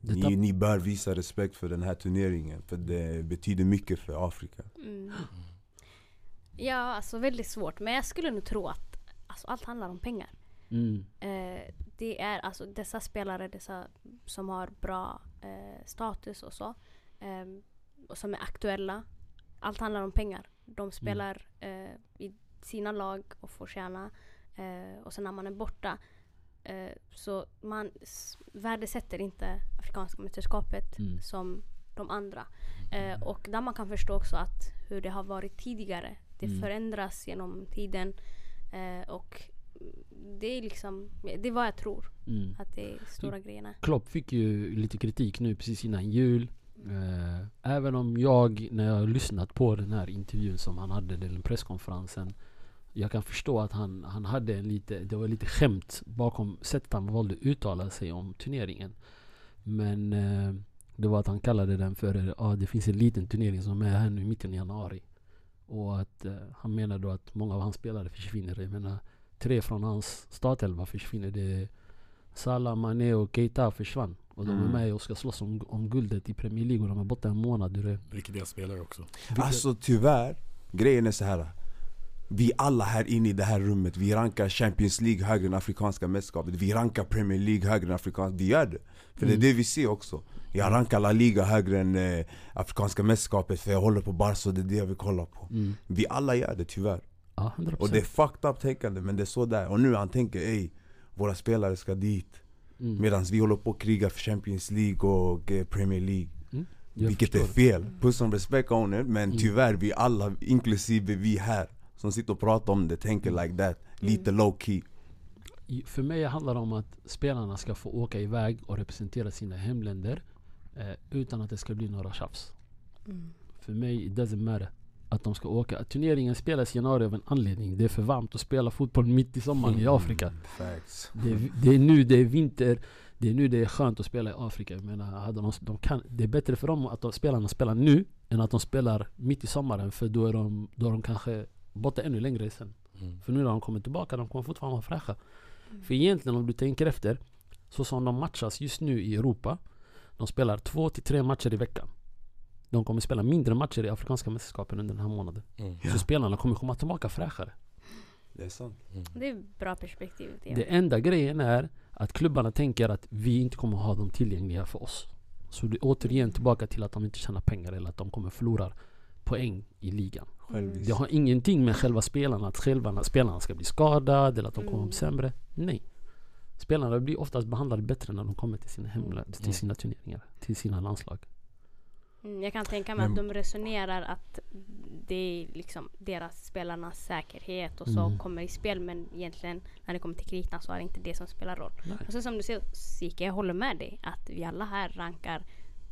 A: Det
B: ni,
A: tapp-
B: ni bör visa respekt för den här turneringen för det betyder mycket för Afrika.
D: Mm. Ja, alltså väldigt svårt. Men jag skulle nog tro att alltså, allt handlar om pengar.
A: Mm.
D: Eh, det är alltså dessa spelare dessa som har bra eh, status och så. Eh, och som är aktuella. Allt handlar om pengar. De spelar eh, i sina lag och får tjäna. Eh, och sen när man är borta eh, så man s- värdesätter inte Afrikanska mästerskapet
A: Mm.
D: som de andra. Eh, och där man kan förstå också att hur det har varit tidigare. Det
A: Mm.
D: förändras genom tiden. Eh, och det är liksom, det är vad jag tror
A: Mm.
D: att det är stora grejerna.
A: Klopp fick ju lite kritik nu precis innan jul. Eh, även om jag, när jag har lyssnat på den här intervjun som han hade, den presskonferensen. Jag kan förstå att han, han hade en lite, det var lite skämt bakom sättet han valde att uttala sig om turneringen. Men eh, det var att han kallade den för, ja det finns en liten turnering som är här nu i mitten i januari. Och att eh, han menar då att många av hans spelare försvinner. Jag menar, tre från hans startelva försvinner. Det är Salah, Mané och Keita försvann. Och de
B: Mm.
A: är med och ska slåss om, om guldet i Premier League och de är borta en månad eh, ur det.
C: Riktiga spelare också.
B: Alltså tyvärr, grejen är så här. Vi alla här inne i det här rummet, vi rankar Champions League högre än Afrikanska mästerskapet Vi rankar Premier League högre än Afrikanska, vi gör det! För det är det vi ser också Jag rankar La Liga högre än eh, Afrikanska mästerskapet för jag håller på Barca och det är det jag vill kolla på
A: Mm.
B: Vi alla gör det tyvärr
A: Ja, 100%.
B: Och det är fucked up tänkande men det är så där Och nu han tänker ey, våra spelare ska dit
A: Mm.
B: Medan vi håller på och krigar för Champions League och eh, Premier League
A: Jag
B: vilket är
A: förstår. Mm.
B: fel. Puss och respekt owner, men tyvärr vi alla, inklusive vi här som sitter och pratar om det, tänker
A: Mm.
B: like that. Lite low key.
A: I- För mig handlar det om att spelarna ska få åka iväg och representera sina hemländer eh, utan att det ska bli några tjafs. För mig, it doesn't matter att de ska åka. Att Turneringen spelas i januari av en anledning. Det är för varmt att spela fotboll mitt i sommaren i Afrika.
B: Mm. Facts.
A: Det är, det är nu det är vinter. Det är nu det är skönt att spela i Afrika. Jag menar, hade de, de kan, det är bättre för dem att de, spelarna spelar nu än att de spelar mitt i sommaren. För då är de, då är de kanske borta ännu längre sen. För nu när de kommer tillbaka, de kommer fortfarande vara fräscha. För egentligen om du tänker efter, så som de matchas just nu i Europa. De spelar två till tre matcher i veckan. De kommer spela mindre matcher i Afrikanska mästerskapen under den här månaden. Så spelarna kommer komma tillbaka fräschare.
B: Det är sant.
A: Mm.
D: Det är bra perspektiv. Det.
A: Det enda grejen är att klubbarna tänker att vi inte kommer ha dem tillgängliga för oss. Så det är återigen tillbaka till att de inte tjänar pengar eller att de kommer förlora poäng i ligan.
B: Självvis.
A: Det har ingenting med själva spelarna att själva spelarna ska bli skadade eller att de kommer bli sämre. Nej. Spelarna blir oftast behandlade bättre när de kommer till sina hemland, till sina turneringar, till sina landslag.
D: Mm, jag kan tänka mig att
B: Men-
D: de resonerar att det är liksom deras spelarnas säkerhet och så kommer i spel men egentligen när det kommer till kritan så är det inte det som spelar roll.
A: Nej.
D: Och sen som du säger Sika, jag håller med dig att vi alla här rankar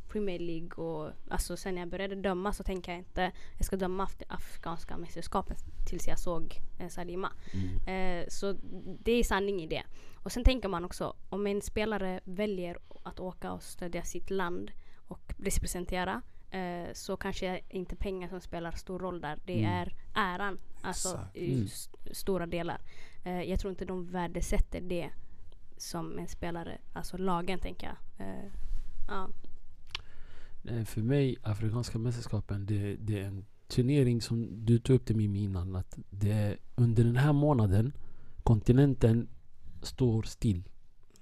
D: Premier League och alltså sen jag började döma så tänker jag inte jag ska döma af- Afghanska mästerskapet tills jag såg eh, Salima.
A: Mm.
D: Eh, så det är sanning i det. Och sen tänker man också om en spelare väljer att åka och stödja sitt land och representera eh, så kanske inte pengar som spelar stor roll där. Det
A: Mm.
D: är äran. Alltså
B: Exakt.
D: i s- stora delar. Eh, jag tror inte de värdesätter det som en spelare. Alltså lagen tänker jag. Eh, ja.
A: Nej, Eh, För mig, Afrikanska mästerskapen, det, det är en turnering som du tog upp det Mimmi innan. Att det är under den här månaden, kontinenten står still.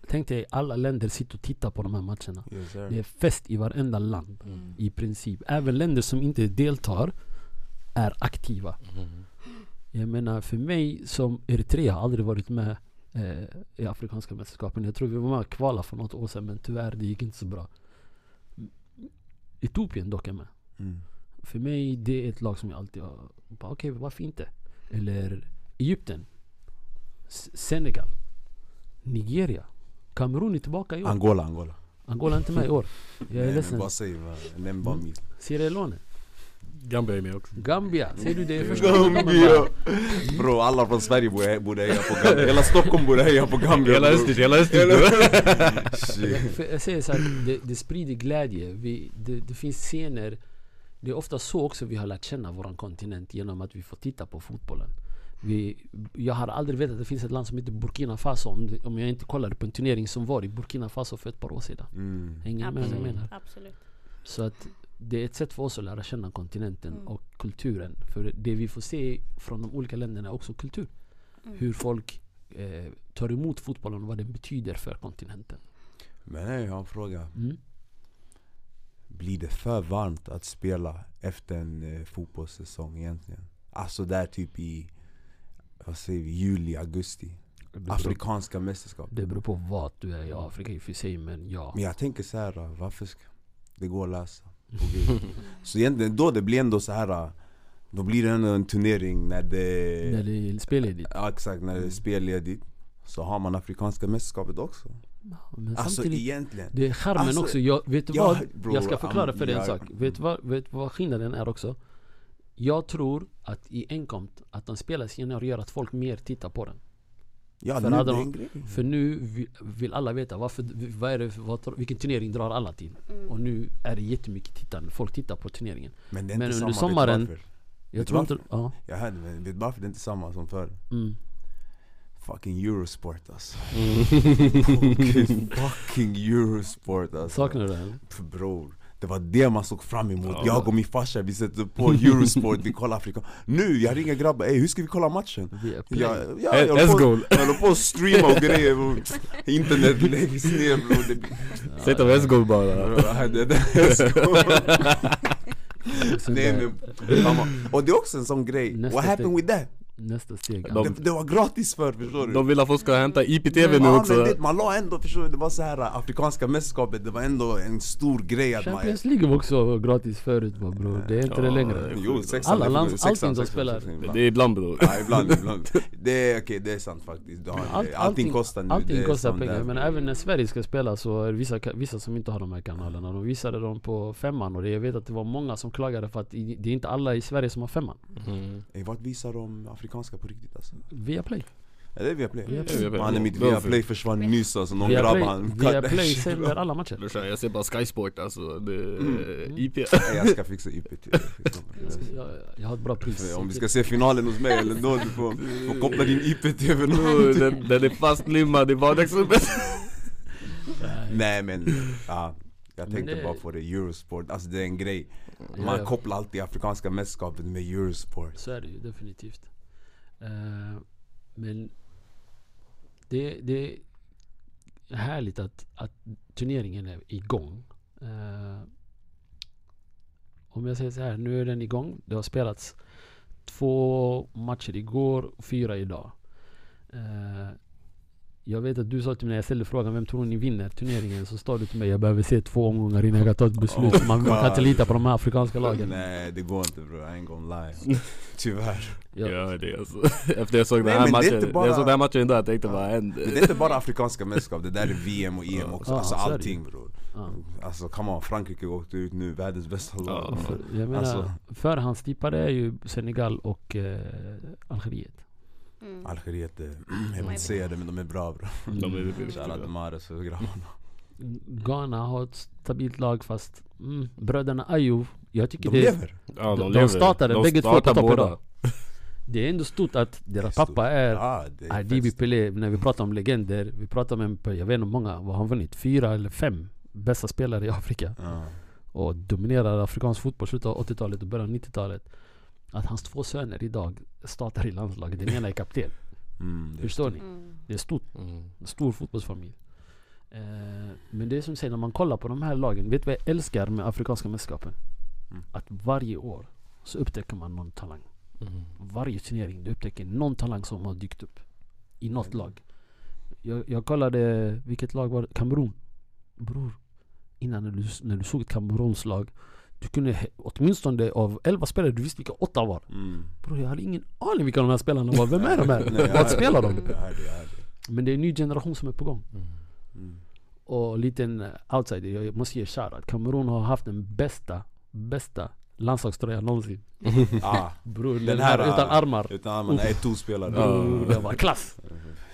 A: Tänk dig, alla länder sitter och tittar på de här matcherna.
B: Yes, sir.
A: Det är fest i varenda land i princip. Även länder som inte deltar är aktiva. Jag menar för mig som Eritrea har aldrig varit med eh, i Afrikanska mästerskapen. Jag tror vi var med och kvala för något år sedan men tyvärr det gick inte så bra. Etiopien dock är med.
B: Mm.
A: För mig det är ett lag som jag alltid har, bara, okej varför inte? Eller Egypten, S- Senegal, Nigeria, Kamerun är tillbaka i år.
B: Angola, Angola.
A: Angola är inte med i år. Jag är
B: Nej, men
A: ledsen.
B: bara säg, va. nämn bara mitt.
A: Sierra Leone.
C: Gambia är med också.
A: Gambia, ser du det är första
B: Gambia! Bro, alla från Sverige borde he- borde heja på Gambia. Hela Stockholm borde heja på Gambia.
E: Hela
B: bro.
E: Österrike, hela
B: Hela-
E: Österrike
B: Shit.
A: För jag säger så här, det, det sprider glädje. Vi, det, det finns scener. Det är ofta så också vi har lärt känna våran kontinent genom att vi får titta på fotbollen. Vi, jag har aldrig vetat att det finns ett land som heter Burkina Faso om, om jag inte kollade på en turnering som var i Burkina Faso för ett par år sedan.
B: Mm.
A: Hänger ni med vad jag
D: Absolut.
A: menar?
D: Absolut.
A: Så att det är ett sätt för oss att lära känna kontinenten
D: Mm.
A: och kulturen. För det vi får se från de olika länderna är också kultur.
D: Mm.
A: Hur folk eh, tar emot fotbollen och vad den betyder för kontinenten.
B: Men nej, jag har en fråga.
A: Mm.
B: Blir det för varmt att spela efter en eh, fotbollssäsong egentligen? Alltså där typ i, vad säger vi, juli, augusti. Afrikanska mästerskap.
A: Det beror på vad du är i Afrika i och för sig men ja.
B: Mm. Men jag tänker så här, äh, varför ska det gå att läsa? på Gud. så egentligen då det blir ändå så här äh, då blir det ändå en turnering när det,
A: När det är spelledigt.
B: ja, exakt, när det är spelledigt. Så har man Afrikanska mästerskapet också.
A: Men
B: Alltså
A: samtidigt,
B: egentligen.
A: det är charmen
B: alltså,
A: också. Jag, vet du
B: jag-
A: vad?
B: bro,
A: jag ska förklara för dig en
B: jag-
A: sak. Vet du vad, vet du vad skillnaden är också? Jag tror att i enkomt, att den spelas i januari gör att folk mer tittar på den.
B: Ja,
A: för
B: nu, det
A: hade
B: är
A: de-
B: en grej.
A: För nu vi- vill alla veta varför, vad är det, för- vad, vilken turnering drar alla till?
D: Mm.
A: Och nu är det jättemycket tittande, folk tittar på turneringen.
B: Men det är inte
A: Men under
B: samma, vet du
A: sommaren-
B: varför?
A: Jag
B: Vet
A: tror
B: du
A: inte, ja.
B: Jag hörde, men vet du varför det är inte samma som förr?
A: Mm.
B: Fucking Eurosport alltså. Fucking- fucking Eurosport alltså.
A: Mm. Saknar du det? eller?
B: För bror, det var det man såg fram emot.
E: Ja.
B: Jag och min farsa, vi sätter på Eurosport, vi kollar Afrika. Nu, jag ringer grabbar, ey hur ska vi kolla matchen?
A: Vi är play.
B: Jag, jag, jag,
E: Let's
B: håller på,
E: go.
B: jag håller på att streama och grejer, bror. internet läggs ner bror. Det, blir-
E: Säg till let's go bara
B: bror, det, det, let's go.
A: Så
B: Nej,
A: där,
B: men, mamma. Och det är också en sån grej,
A: Nästa
B: what happened with that?
A: Nästa steg.
E: De-
B: Det, det var gratis förr förstår du?
E: De vill att folk ska hämta IPTV nu
B: Ja, men
E: också
B: det, man la ändå, förstår du, det var så här äh, Afrikanska mästerskapet, det var ändå en stor grej att man...
A: Champions League var också gratis förut va bror, det är inte det
E: Ja,
A: längre.
B: Jo, sexan,
A: Alla
B: det-
A: lands-
B: sexan,
A: allting de
B: sexan,
A: spelar.
B: sexan, ibland.
E: Det är ibland bror
B: Ja, ibland, ibland. Det är, okej, det är sant faktiskt. Du har,
A: Allt-
B: allting, kostar nu. det
A: Allting
B: är
A: kostar
B: sånt
A: pengar,
B: där.
A: men även när Sverige ska spela så är det vissa, ka- vissa som inte har de här kanalerna. De visade dem på femman och det, jag vet att det var många som klagade för att i- det är inte alla i Sverige som har femman.
B: Ey, vart visar de afrikanska på riktigt alltså?
A: Via Play.
B: Är det Viaplay?
A: Via Play.
B: Mannen mitt Viaplay försvann nyss alltså, någon
A: Via
B: grabb
A: Play,
B: han
A: via
B: Kardashian.
A: Play sänder alla matcher.
E: Brorsan jag ser bara Sky Sport alltså, det
B: Mm.
E: är IP
B: Ey, Jag ska fixa IP till dig.
A: Jag, ska- jag, jag har ett bra pris.
B: Om vi ska se finalen hos mig eller då, du får, får koppla din IP-TV
E: Bror,
B: nu.
E: den, den är fastlimmad i vardagsrummet
B: Nej men, ja. Jag
A: Men
B: tänkte
A: det-
B: bara på det, Eurosport, alltså det är en grej.
A: Ja,
B: Man
A: ja.
B: kopplar alltid afrikanska mästerskapet med Eurosport.
A: Så är det ju definitivt. Eh, men det, det är härligt att, att turneringen är igång. Eh, om jag säger så här, nu är den igång. Det har spelats två matcher igår och fyra idag. Eh, jag vet att du sa till mig när jag ställde frågan vem tror ni vinner turneringen? Så sa du till mig jag behöver se två omgångar innan jag kan ta ett beslut. man,
B: Oh
A: man kan inte
B: God.
A: lita på de här afrikanska lagen.
B: Nej det går inte bror, I ain't gonna lie. Tyvärr.
A: Jag-
E: Gör det alltså Efter jag såg
B: Nej,
E: den här
B: men det är
E: matchen,
B: inte
E: när
B: bara-
E: jag såg den här matchen idag jag tänkte
B: Ja.
E: vad
B: Men
E: händer?
B: det är inte bara afrikanska mästerskap, det där är VM och EM också.
A: Ja,
B: Alltså
A: så är det
B: allting
A: ju.
B: bror.
A: ja.
B: Alltså come on, Frankrike åkte ut nu, världens bästa lag.
E: Ja.
A: För- Jag menar,
B: Alltså-
A: förhandstippade är ju Senegal och eh, Algeriet.
D: Mm.
A: Alltså,
B: Algeriet, eh, jag vill inte säga det men Mm. de är bra bror.
A: Mm.
E: De är
B: Shoutout till
E: väl
B: Mahrez och grabbarna.
A: Ghana har ett stabilt lag fast mm, bröderna Ayew, jag tycker
B: De
A: det,
B: lever!
E: Ja,
A: de
E: lever.
A: startade, bägge två på
E: startar
A: topp
E: båda.
A: idag. det är ändå stort att deras
B: Det är
A: pappa är
B: Ja, det är
A: Adibi
B: fest.
A: Pelé. När vi pratar om legender, vi pratar om en, pe- jag vet inte hur många, vad har han vunnit? Fyra eller fem bästa spelare i Afrika.
B: Ja.
A: och dominerade afrikansk fotboll i slutet av 80-talet och början av 90-talet. Att hans två söner idag startar i landslaget. Den ena är kapten.
B: Mm, det-
A: Förstår ni?
D: Mm.
A: Det är stort.
E: Mm.
A: En stor fotbollsfamilj. Eh, men det är som säger, när man kollar på de här lagen. Vet du vad jag älskar med Afrikanska mästerskapen?
B: Mm.
A: Att varje år så upptäcker man någon talang. Varje turnering, du upptäcker någon talang som har dykt upp. I
B: Mm.
A: något lag. Jag, jag kollade, vilket lag var det? Kamerun. Bror. Innan när du, när du såg ett Kameruns lag. Du kunde he- åtminstone av 11 spelare, du visste vilka åtta var.
B: Mm.
A: Bror jag hade ingen aning vilka de här spelarna var. Vem är de
B: Nej, Mm.
A: här?
B: jag
A: Vad
B: hör
A: spelar
B: det.
A: de?
B: Jag hör det, jag hör det.
A: Men det är en ny generation som är på gång.
B: Mm.
A: eh, och liten outsider. Jag måste ge shoutout. Kamerun har haft den bästa, bästa landslagströja någonsin.
B: Ah,
A: Bror, den,
B: Den
A: här,
B: här, eh,
A: utan armar.
B: utan armen, nej tospelare.
A: Bror, den var klass.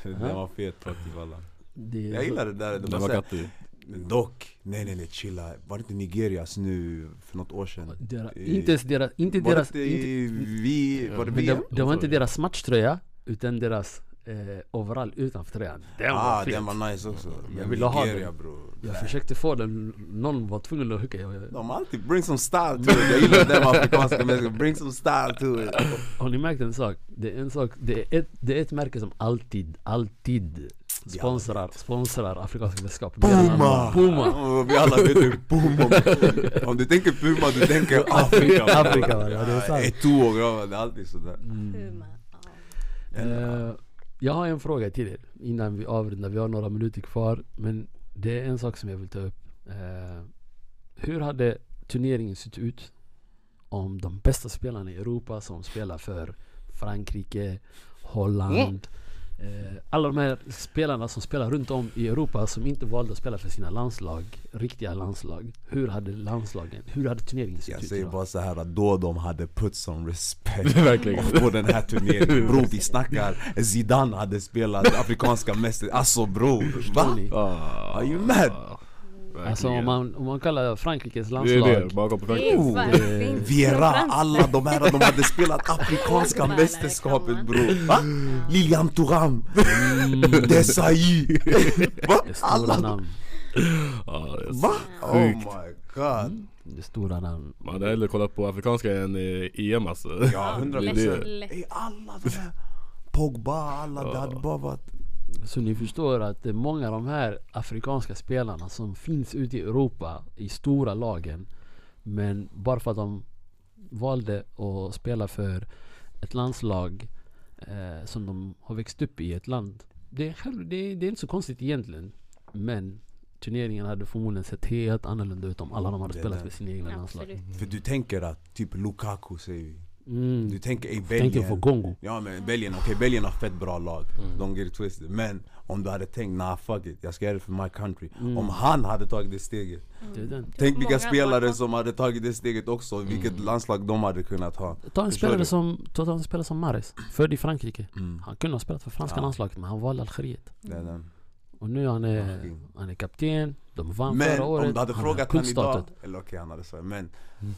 B: Den var fet faktiskt walla.
A: Det,
B: Jag gillar det där, det
E: Det
B: var
E: var
B: såhär,
E: kattig
B: men dock, nej nej nej chilla. Var det inte Nigerias nu för något år sedan?
A: Dera,
B: Eh,
A: inte ens deras, inte
B: var
A: deras,
B: det
A: inte,
B: inte, vi, var det
A: men
B: VM?
A: det, det var inte deras matchtröja utan deras eh, overall utanför tröjan. Den var
B: Ah,
A: fet.
B: den var nice också.
A: Jag ville ha
B: Nigeria,
A: den.
B: bror.
A: Jag försökte få den, någon var tvungen att hooka. Jag, jag,
B: De alltid bring some style to it. Jag gillar den afrikanska människan, bring some style to it.
A: har ni märkt en sak? Det är en sak, det är ett, det är ett märke som alltid, alltid sponsrar, sponsrar Afrikanska mästerskap. Mer än andra.
B: Puma!
A: Puma!
B: Och vi alla vet hur Puma Om du tänker Puma, du tänker Afrika.
A: Afrika, va? Ja, det är sant.
B: Etuo grabbar, det är alltid sådär.
D: Puma. Ja.
A: Mm. Eh, jag har en fråga till er innan vi avrundar. Vi har några minuter kvar. Men det är en sak som jag vill ta upp. Eh, hur hade turneringen sett ut om de bästa spelarna i Europa som spelar för Frankrike, Holland. Eh, alla de här spelarna som spelar runt om i Europa som inte valde att spela för sina landslag, riktiga landslag. Hur hade landslagen, hur hade turneringen sett
B: Jag
A: ut?
B: säger
A: idag?
B: bara så här att då de hade put some respect
E: Verkligen
B: på den här turneringen Bro vi snackar, Zidane hade spelat afrikanska mästare, alltså bror va?
A: ni?
E: ah,
B: Are you mad?
A: Alltså om man, om man kollar Frankrikes
E: Det
A: landslag.
E: är det, bara gå på
D: Det är
E: tanken
B: Oh,
D: svart, fint.
B: Vera,
D: Från Frankrike.
B: alla de här, de hade spelat afrikanska
D: Bara,
B: mästerskapet
D: kan man.
B: bror Va? Lilian Thuram, Desailly Va?
A: Mm. Det är Stora
B: Alla,
A: namn.
E: ah, yes.
B: va? Oh my god
A: Det är stora namn.
E: Man hade hellre kollat på afrikanska än eh, EM alltså
B: Ja, hundra
E: det är
D: Lätt,
E: det.
D: lätt.
B: Ey, alla de här Pogba, alla, det hade bara varit
A: Så ni förstår att det är många av de här afrikanska spelarna som finns ute i Europa i stora lagen. Men bara för att de valde att spela för ett landslag eh, som de har växt upp i, ett land. Det är, själv- det, är, det är inte så konstigt egentligen. Men turneringen hade förmodligen sett helt annorlunda ut om alla de hade
B: Det är
A: spelat
B: det.
A: för sina egna landslag.
D: Absolut.
B: För du tänker att typ Lukaku säger vi
A: Mm.
B: Du tänker ey Belgien
A: Tänk er för Kongo.
B: Ja men Belgien, okej Belgien har fett bra lag,
A: Mm.
B: don't get it twisted Men om du hade tänkt nah fuck it, jag ska göra det för my country
A: Mm.
B: Om han hade tagit det steget
A: Det är den.
B: Tänk vilka
D: Mm. Många
B: spelare
D: hade-
B: som hade tagit det steget också,
A: Mm.
B: vilket landslag de hade kunnat
A: Ta
B: ha
A: en
B: Förstår
A: spelare
B: du?
A: som, ta en spelare som Mares, född i Frankrike. Han kunde ha spelat för franska landslaget men han valde Algeriet.
B: Det är den.
A: Och nu han är,
B: Fucking.
A: han är kapten, de vann
B: Men
A: förra året. Mm.
B: om du hade
A: han
B: frågat
A: har
B: han idag,
A: kultstatus.
B: eller okej han hade sagt men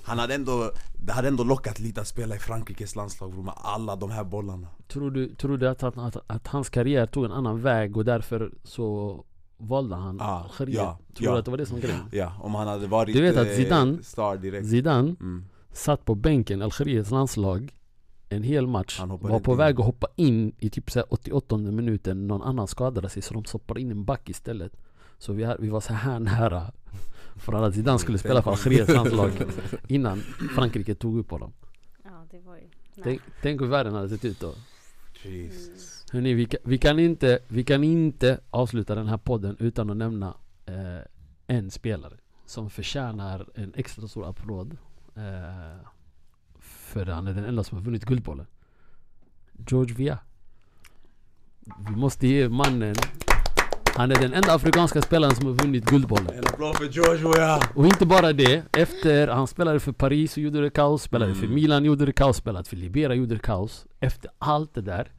B: Han hade ändå, det hade ändå lockat lite att spela i Frankrikes landslag bror, med alla de här bollarna
A: Tror du, tror du att, att, att, att hans karriär tog en annan väg och därför så valde han
B: Ah,
A: Algeriet?
B: ja,
A: tror
B: ja.
A: du att det var det som grejen?
B: Ja, om han hade varit
A: Du vet att
B: eh,
A: Zidane-
B: star direkt
A: Zidane
B: mm.
A: satt på bänken, Algeriets landslag, en hel match.
B: Han hoppade
A: Var på
B: inte
A: väg
B: in.
A: att hoppa in i typ så här 88 minuten, någon annan skadade sig så de stoppade in en back istället. Så vi, har- vi var så här nära. För att Zidane skulle spela för Algeriets landslag innan Frankrike tog upp honom.
D: Ja, det var ju... Nej.
A: Tänk, tänk hur världen hade sett ut då.
B: Jesus.
A: Hörrni, vi, kan, vi, kan inte, vi kan inte avsluta den här podden utan att nämna eh, en spelare som förtjänar en extra stor applåd. Eh, för han är den enda som har vunnit Guldbollen. George Via. Vi måste ge mannen han är den enda afrikanska spelaren som har vunnit Guldbollen.
B: Mm. En applåd för George och jag!
A: Och inte bara det, efter han spelade för Paris och gjorde det kaos, spelade för Milan gjorde det kaos, spelade för Liberia gjorde det kaos. Efter allt det där,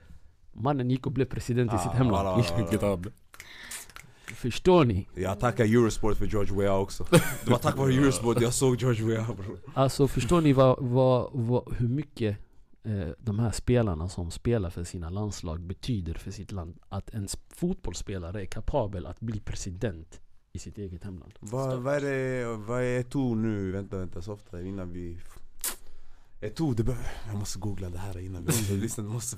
A: mannen gick och blev president i sitt hemland.
B: alla, alla, alla.
E: Vilket hade
A: Förstår ni?
B: Jag tackar Eurosport för George Weah också Det var tack vare Eurosport jag såg George Weah bror
A: Alltså förstår ni vad, vad, vad, hur mycket eh, de här spelarna som spelar för sina landslag betyder för sitt land? Att en s- fotbollsspelare är kapabel att bli president i sitt eget hemland.
B: Vad vad är det, vad är Eto nu? Vänta vänta softa innan vi Eto, det behöver... Jag måste googla det här innan vi... Lyssna, du måste...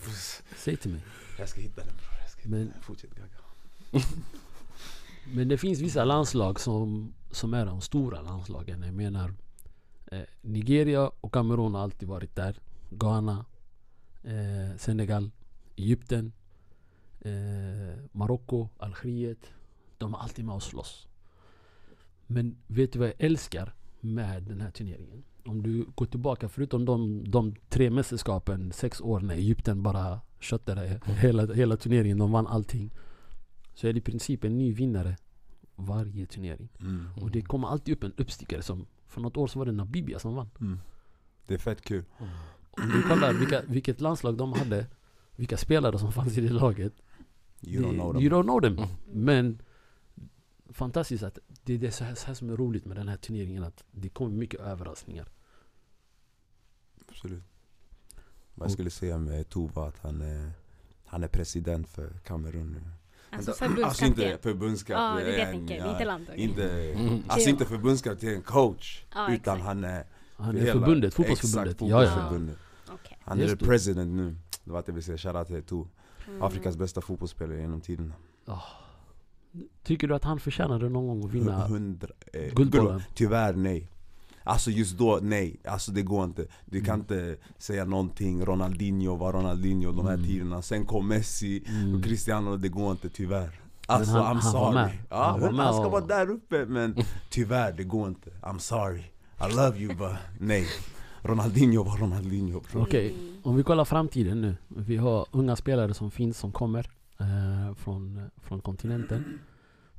A: Säg till mig.
B: Jag ska hitta den bror, jag ska hitta
A: Men-
B: den Fortsätt gagga
A: Men det finns vissa landslag som, som är de stora landslagen. Jag menar eh, Nigeria och Kamerun har alltid varit där. Ghana, eh, Senegal, Egypten, eh, Marocko, Algeriet. De är alltid med och slåss. Men vet du vad jag älskar med den här turneringen? Om du går tillbaka, förutom de, de tre mästerskapen, sex år när Egypten bara köttade hela, hela turneringen. De vann allting. Så är det i princip en ny vinnare varje turnering.
B: Mm.
A: Och det kommer alltid upp en uppstickare som för något år så var det Namibia som vann.
B: Mm. Det är fett kul.
A: Om du kollar vilka, vilket landslag de hade, vilka spelare som fanns i det laget.
B: You don't
A: det-
B: know them.
A: You don't know them.
E: Mm.
A: Men fantastiskt att det, det är så här, så här som är roligt med den här turneringen. Att det kommer mycket överraskningar.
B: Absolut. Men jag skulle säga med Tova att han är, han är president för Kamerun nu.
D: Alltså
B: Alltså inte
D: förbundskapten.
B: förbundskapten.
D: Ja, det är det jag
B: en-
D: tänker.
B: ja,
D: Inte landlag.
B: Inte,
E: Mm.
B: alltså inte förbundskapten, coach.
D: Ja,
B: utan
D: exakt.
B: han är...
A: Han är
B: hela-
A: förbundet, fotbollsförbundet.
B: Exakt,
A: Ja, ja.
B: fotbollsförbundet.
D: Okej.
B: Han är
A: Just
B: the
A: det.
B: president nu. Det var att jag ville säga shoutout till Tova.
D: Mm.
B: Afrikas bästa fotbollsspelare genom tiderna.
A: Tycker du att han förtjänade någon gång att
B: Hu-
A: vinna
B: Hundra, eh,
A: Guldbollen?
B: guld- Tyvärr nej. Alltså just då, nej. Alltså det går inte. Du
A: Mm.
B: kan inte säga någonting. Ronaldinho var Ronaldinho de här
A: Mm.
B: tiderna. Sen kom Messi
A: Mm.
B: och Cristiano. Det går inte tyvärr. Alltså
A: han-
B: I'm
A: han var
B: sorry.
A: med.
B: Ja,
A: Han
B: han,
A: var med
B: ska
A: och-
B: vara där uppe men tyvärr, det går inte. I'm sorry. I love you but nej. Ronaldinho var Ronaldinho bro.
A: Okej, om vi kollar framtiden nu. Vi har unga spelare som finns, som kommer eh, från, från kontinenten.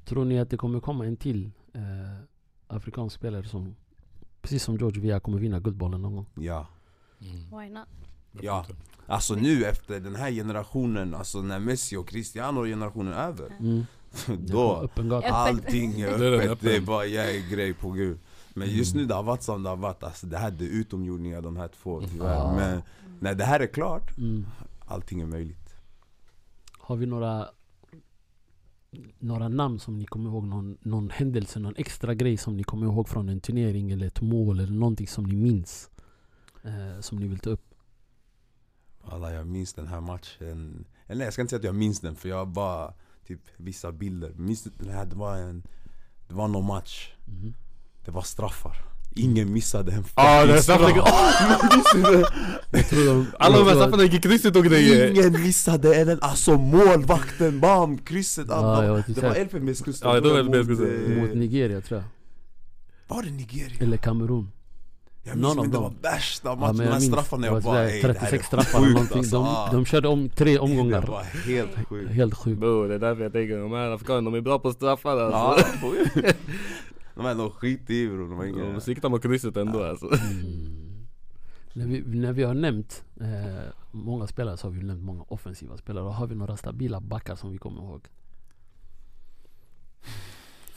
A: Tror ni att det kommer komma en till eh, afrikansk spelare som, precis som George Via, kommer vinna Guldbollen någon gång?
B: Ja.
D: Why not?
B: Mm. Ja. Alltså nu efter den här generationen, alltså när Messi och Cristiano generationen är över.
A: Mm. Det
B: Då.
A: kommer öppen gata.
B: Allting är
E: Det är den
B: öppet, det är
E: öppen.
B: bara jag är grej på gud Men just nu det har varit som det har varit, alltså, det här det är utomjordingar de här två tyvärr
A: Ja.
B: Men när det här är klart,
A: Mm.
B: allting är möjligt
A: Har vi några några namn som ni kommer ihåg? Någon, någon händelse, någon extra grej som ni kommer ihåg från en turnering eller ett mål eller någonting som ni minns? Eh, som ni vill ta upp?
B: Alla jag minns den här matchen, eller nej jag ska inte säga att jag minns den för jag har bara typ vissa bilder Minns du den här, det var en, det var någon match
A: Mhm.
B: Det var straffar Ingen missade en
E: Ja, Ah, det är Ah,
B: straff.
E: straffen-
A: Jag tror de-
E: Alla de
A: jag
E: här
A: tror-
E: straffarna gick krysset och grejer!
B: Ingen missade en, alltså målvakten, bam, krysset,
A: Ja, jag
B: allt
A: vet
B: Det
A: inte.
B: var Elfenbenskusten
E: Ja, det var
B: mot,
E: Elfenbenskusten.
B: eh,
A: Mot Nigeria tror jag.
B: Var det Nigeria?
A: Eller Kamerun.
B: Jag
A: Någon
B: minns
A: av
B: men det
A: dem.
B: var värsta
A: Ja,
B: matchen,
A: men
B: de här
A: minns,
B: straffarna
A: det var
B: jag bara
A: sådär
B: ey, det här är
A: 36 straffar eller
B: sjukt,
A: någonting.
B: ah.
A: de, de körde om tre omgångar.
B: Det var helt sjukt
A: Helt sjukt.
E: Bro, det är därför jag tänker, de här afrikanerna de är bra på straffar
B: Ja,
E: alltså
B: De här de skiter i bror, de har inga...
E: De siktar mot krysset ändå alltså
A: Mm. När, vi, när vi har nämnt eh, många spelare så har vi nämnt många offensiva spelare. Och har vi några stabila backar som vi kommer ihåg?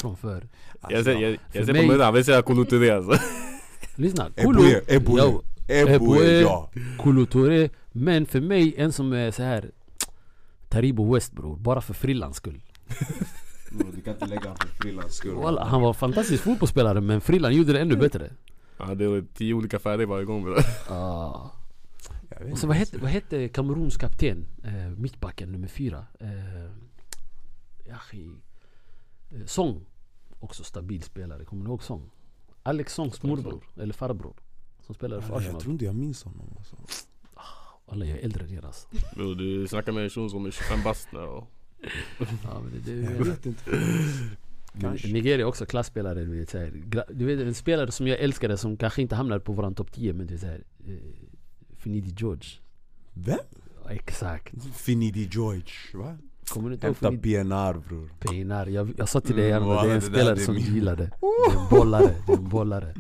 A: Från förr.
E: Jag
B: Alltså,
E: ser, jag,
A: För
E: jag ser
A: mig-
E: på Mehdi, han vill säga Kolo Touré alltså
A: Lyssna.
B: Eboué, Eboué,
A: Yo,
B: Eboué,
A: Eboué.
B: ja!
A: Kolo Touré. Men för mig en som är så här Taribo West bror. Bara för frillans skull.
B: Bror, Du kan inte lägga honom för alltså. frillans skull
A: Walla, han var fantastisk fotbollsspelare men frillan gjorde det ännu bättre.
E: Ja det var tio olika färger varje gång bro
A: Ah.
B: Jag vet
A: Och
B: inte.
A: så vad hette, vad hette Kameruns kapten? Eh, mittbacken nummer fyra. Eh, Yahi. Eh, Song. Också stabil spelare. Kommer ni ihåg Song? Alex Songs morbror. Eller farbror. Som spelade för
B: Jag
A: Arsenal.
B: tror inte jag minns honom alltså.
A: Alla jag är äldre än er alltså.
E: Bro du snackar med en person som är 25 bast nu och
A: Ja, men det, det,
B: Jag vet inte Kanske.
A: Nigeria är också klasspelare. Du vet, så här, Gra- du vet en spelare som jag älskade som kanske inte hamnade på våran topp 10 men du vet såhär. Eh, Finidi George.
B: Vem?
A: Ja, Exakt.
B: Finidi George, va?
A: Kommer du inte ihåg
B: Hämta
A: Finidi?
B: PNR bror
A: Peinar. Jag, jag sa till dig
B: Mm,
A: mm, det är
B: walla,
A: en
B: det där,
A: spelare
B: det är
A: som du
B: min.
A: gillade. Det är en bollare. Det är en bollare.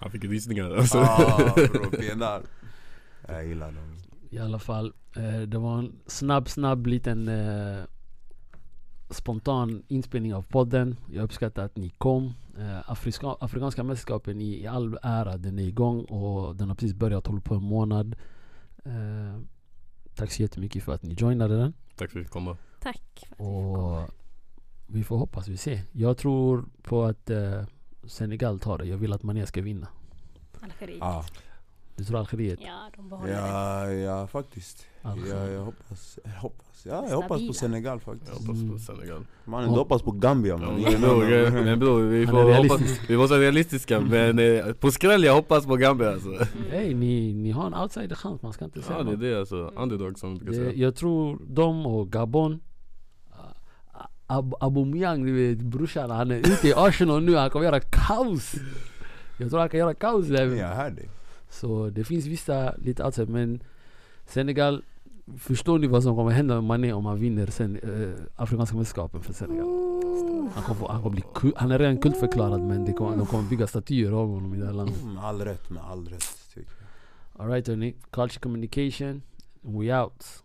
E: Han fick rysningar alltså
B: Ah bror, PNR Jag gillar honom
A: I alla fall, eh, det var en snabb, snabb liten eh, spontan inspelning av podden. Jag uppskattar att ni kom. Eh, Afriska, Afrikanska mästerskapen i, i all ära, den är igång och den har precis börjat, håller på en månad. Eh, tack så jättemycket för att ni joinade den.
E: Tack för att du fick komma
D: Tack för att vi fick komma.
A: Och vi får hoppas, vi ser. Jag tror på att eh, Senegal tar det. Jag vill att Mané ska vinna.
D: Algeriet.
B: ah.
A: Du tror Algeriet?
D: Ja, de behåller det.
B: Ja, ja faktiskt. Ja,
A: Algeriet.
B: jag hoppas, jag hoppas. Ja, jag hoppas
D: Stabila.
B: på Senegal
E: Jag
B: faktiskt.
E: hoppas
A: Mm.
E: på Senegal
B: Mannen du hoppas på Gambia
E: Ja,
B: man.
E: men bror, jag- men bror, vi
A: Han är
E: får hoppas,
A: realistisk.
E: vi måste vara realistiska men eh, på skräll jag hoppas på Gambia alltså
A: Hey, ni, ni har en outsider-chans, man ska inte säga
E: Ja det är
A: något.
E: det alltså, underdog som man brukar
A: det,
E: säga
A: Jag tror de och Gabon A- Ab- Aubameyang, du vet brorsan, han är ute i Arsenal nu, han kommer göra kaos! Jag tror han kan göra kaos där.
B: Jag hör dig.
A: Så det finns vissa lite outside, men Senegal Förstår ni vad som kommer hända med Mané om han vinner sen, eh, Afrikanska mästerskapen för Senegal?
D: Mm.
A: Han kommer, få- han, kommer bli, ku- han är redan kultförklarad men det kommer, de kommer bygga statyer av honom i det här landet.
B: Mm, all rätt med all rätt. tycker jag.
A: Alright hörni, Culture Communication, we out.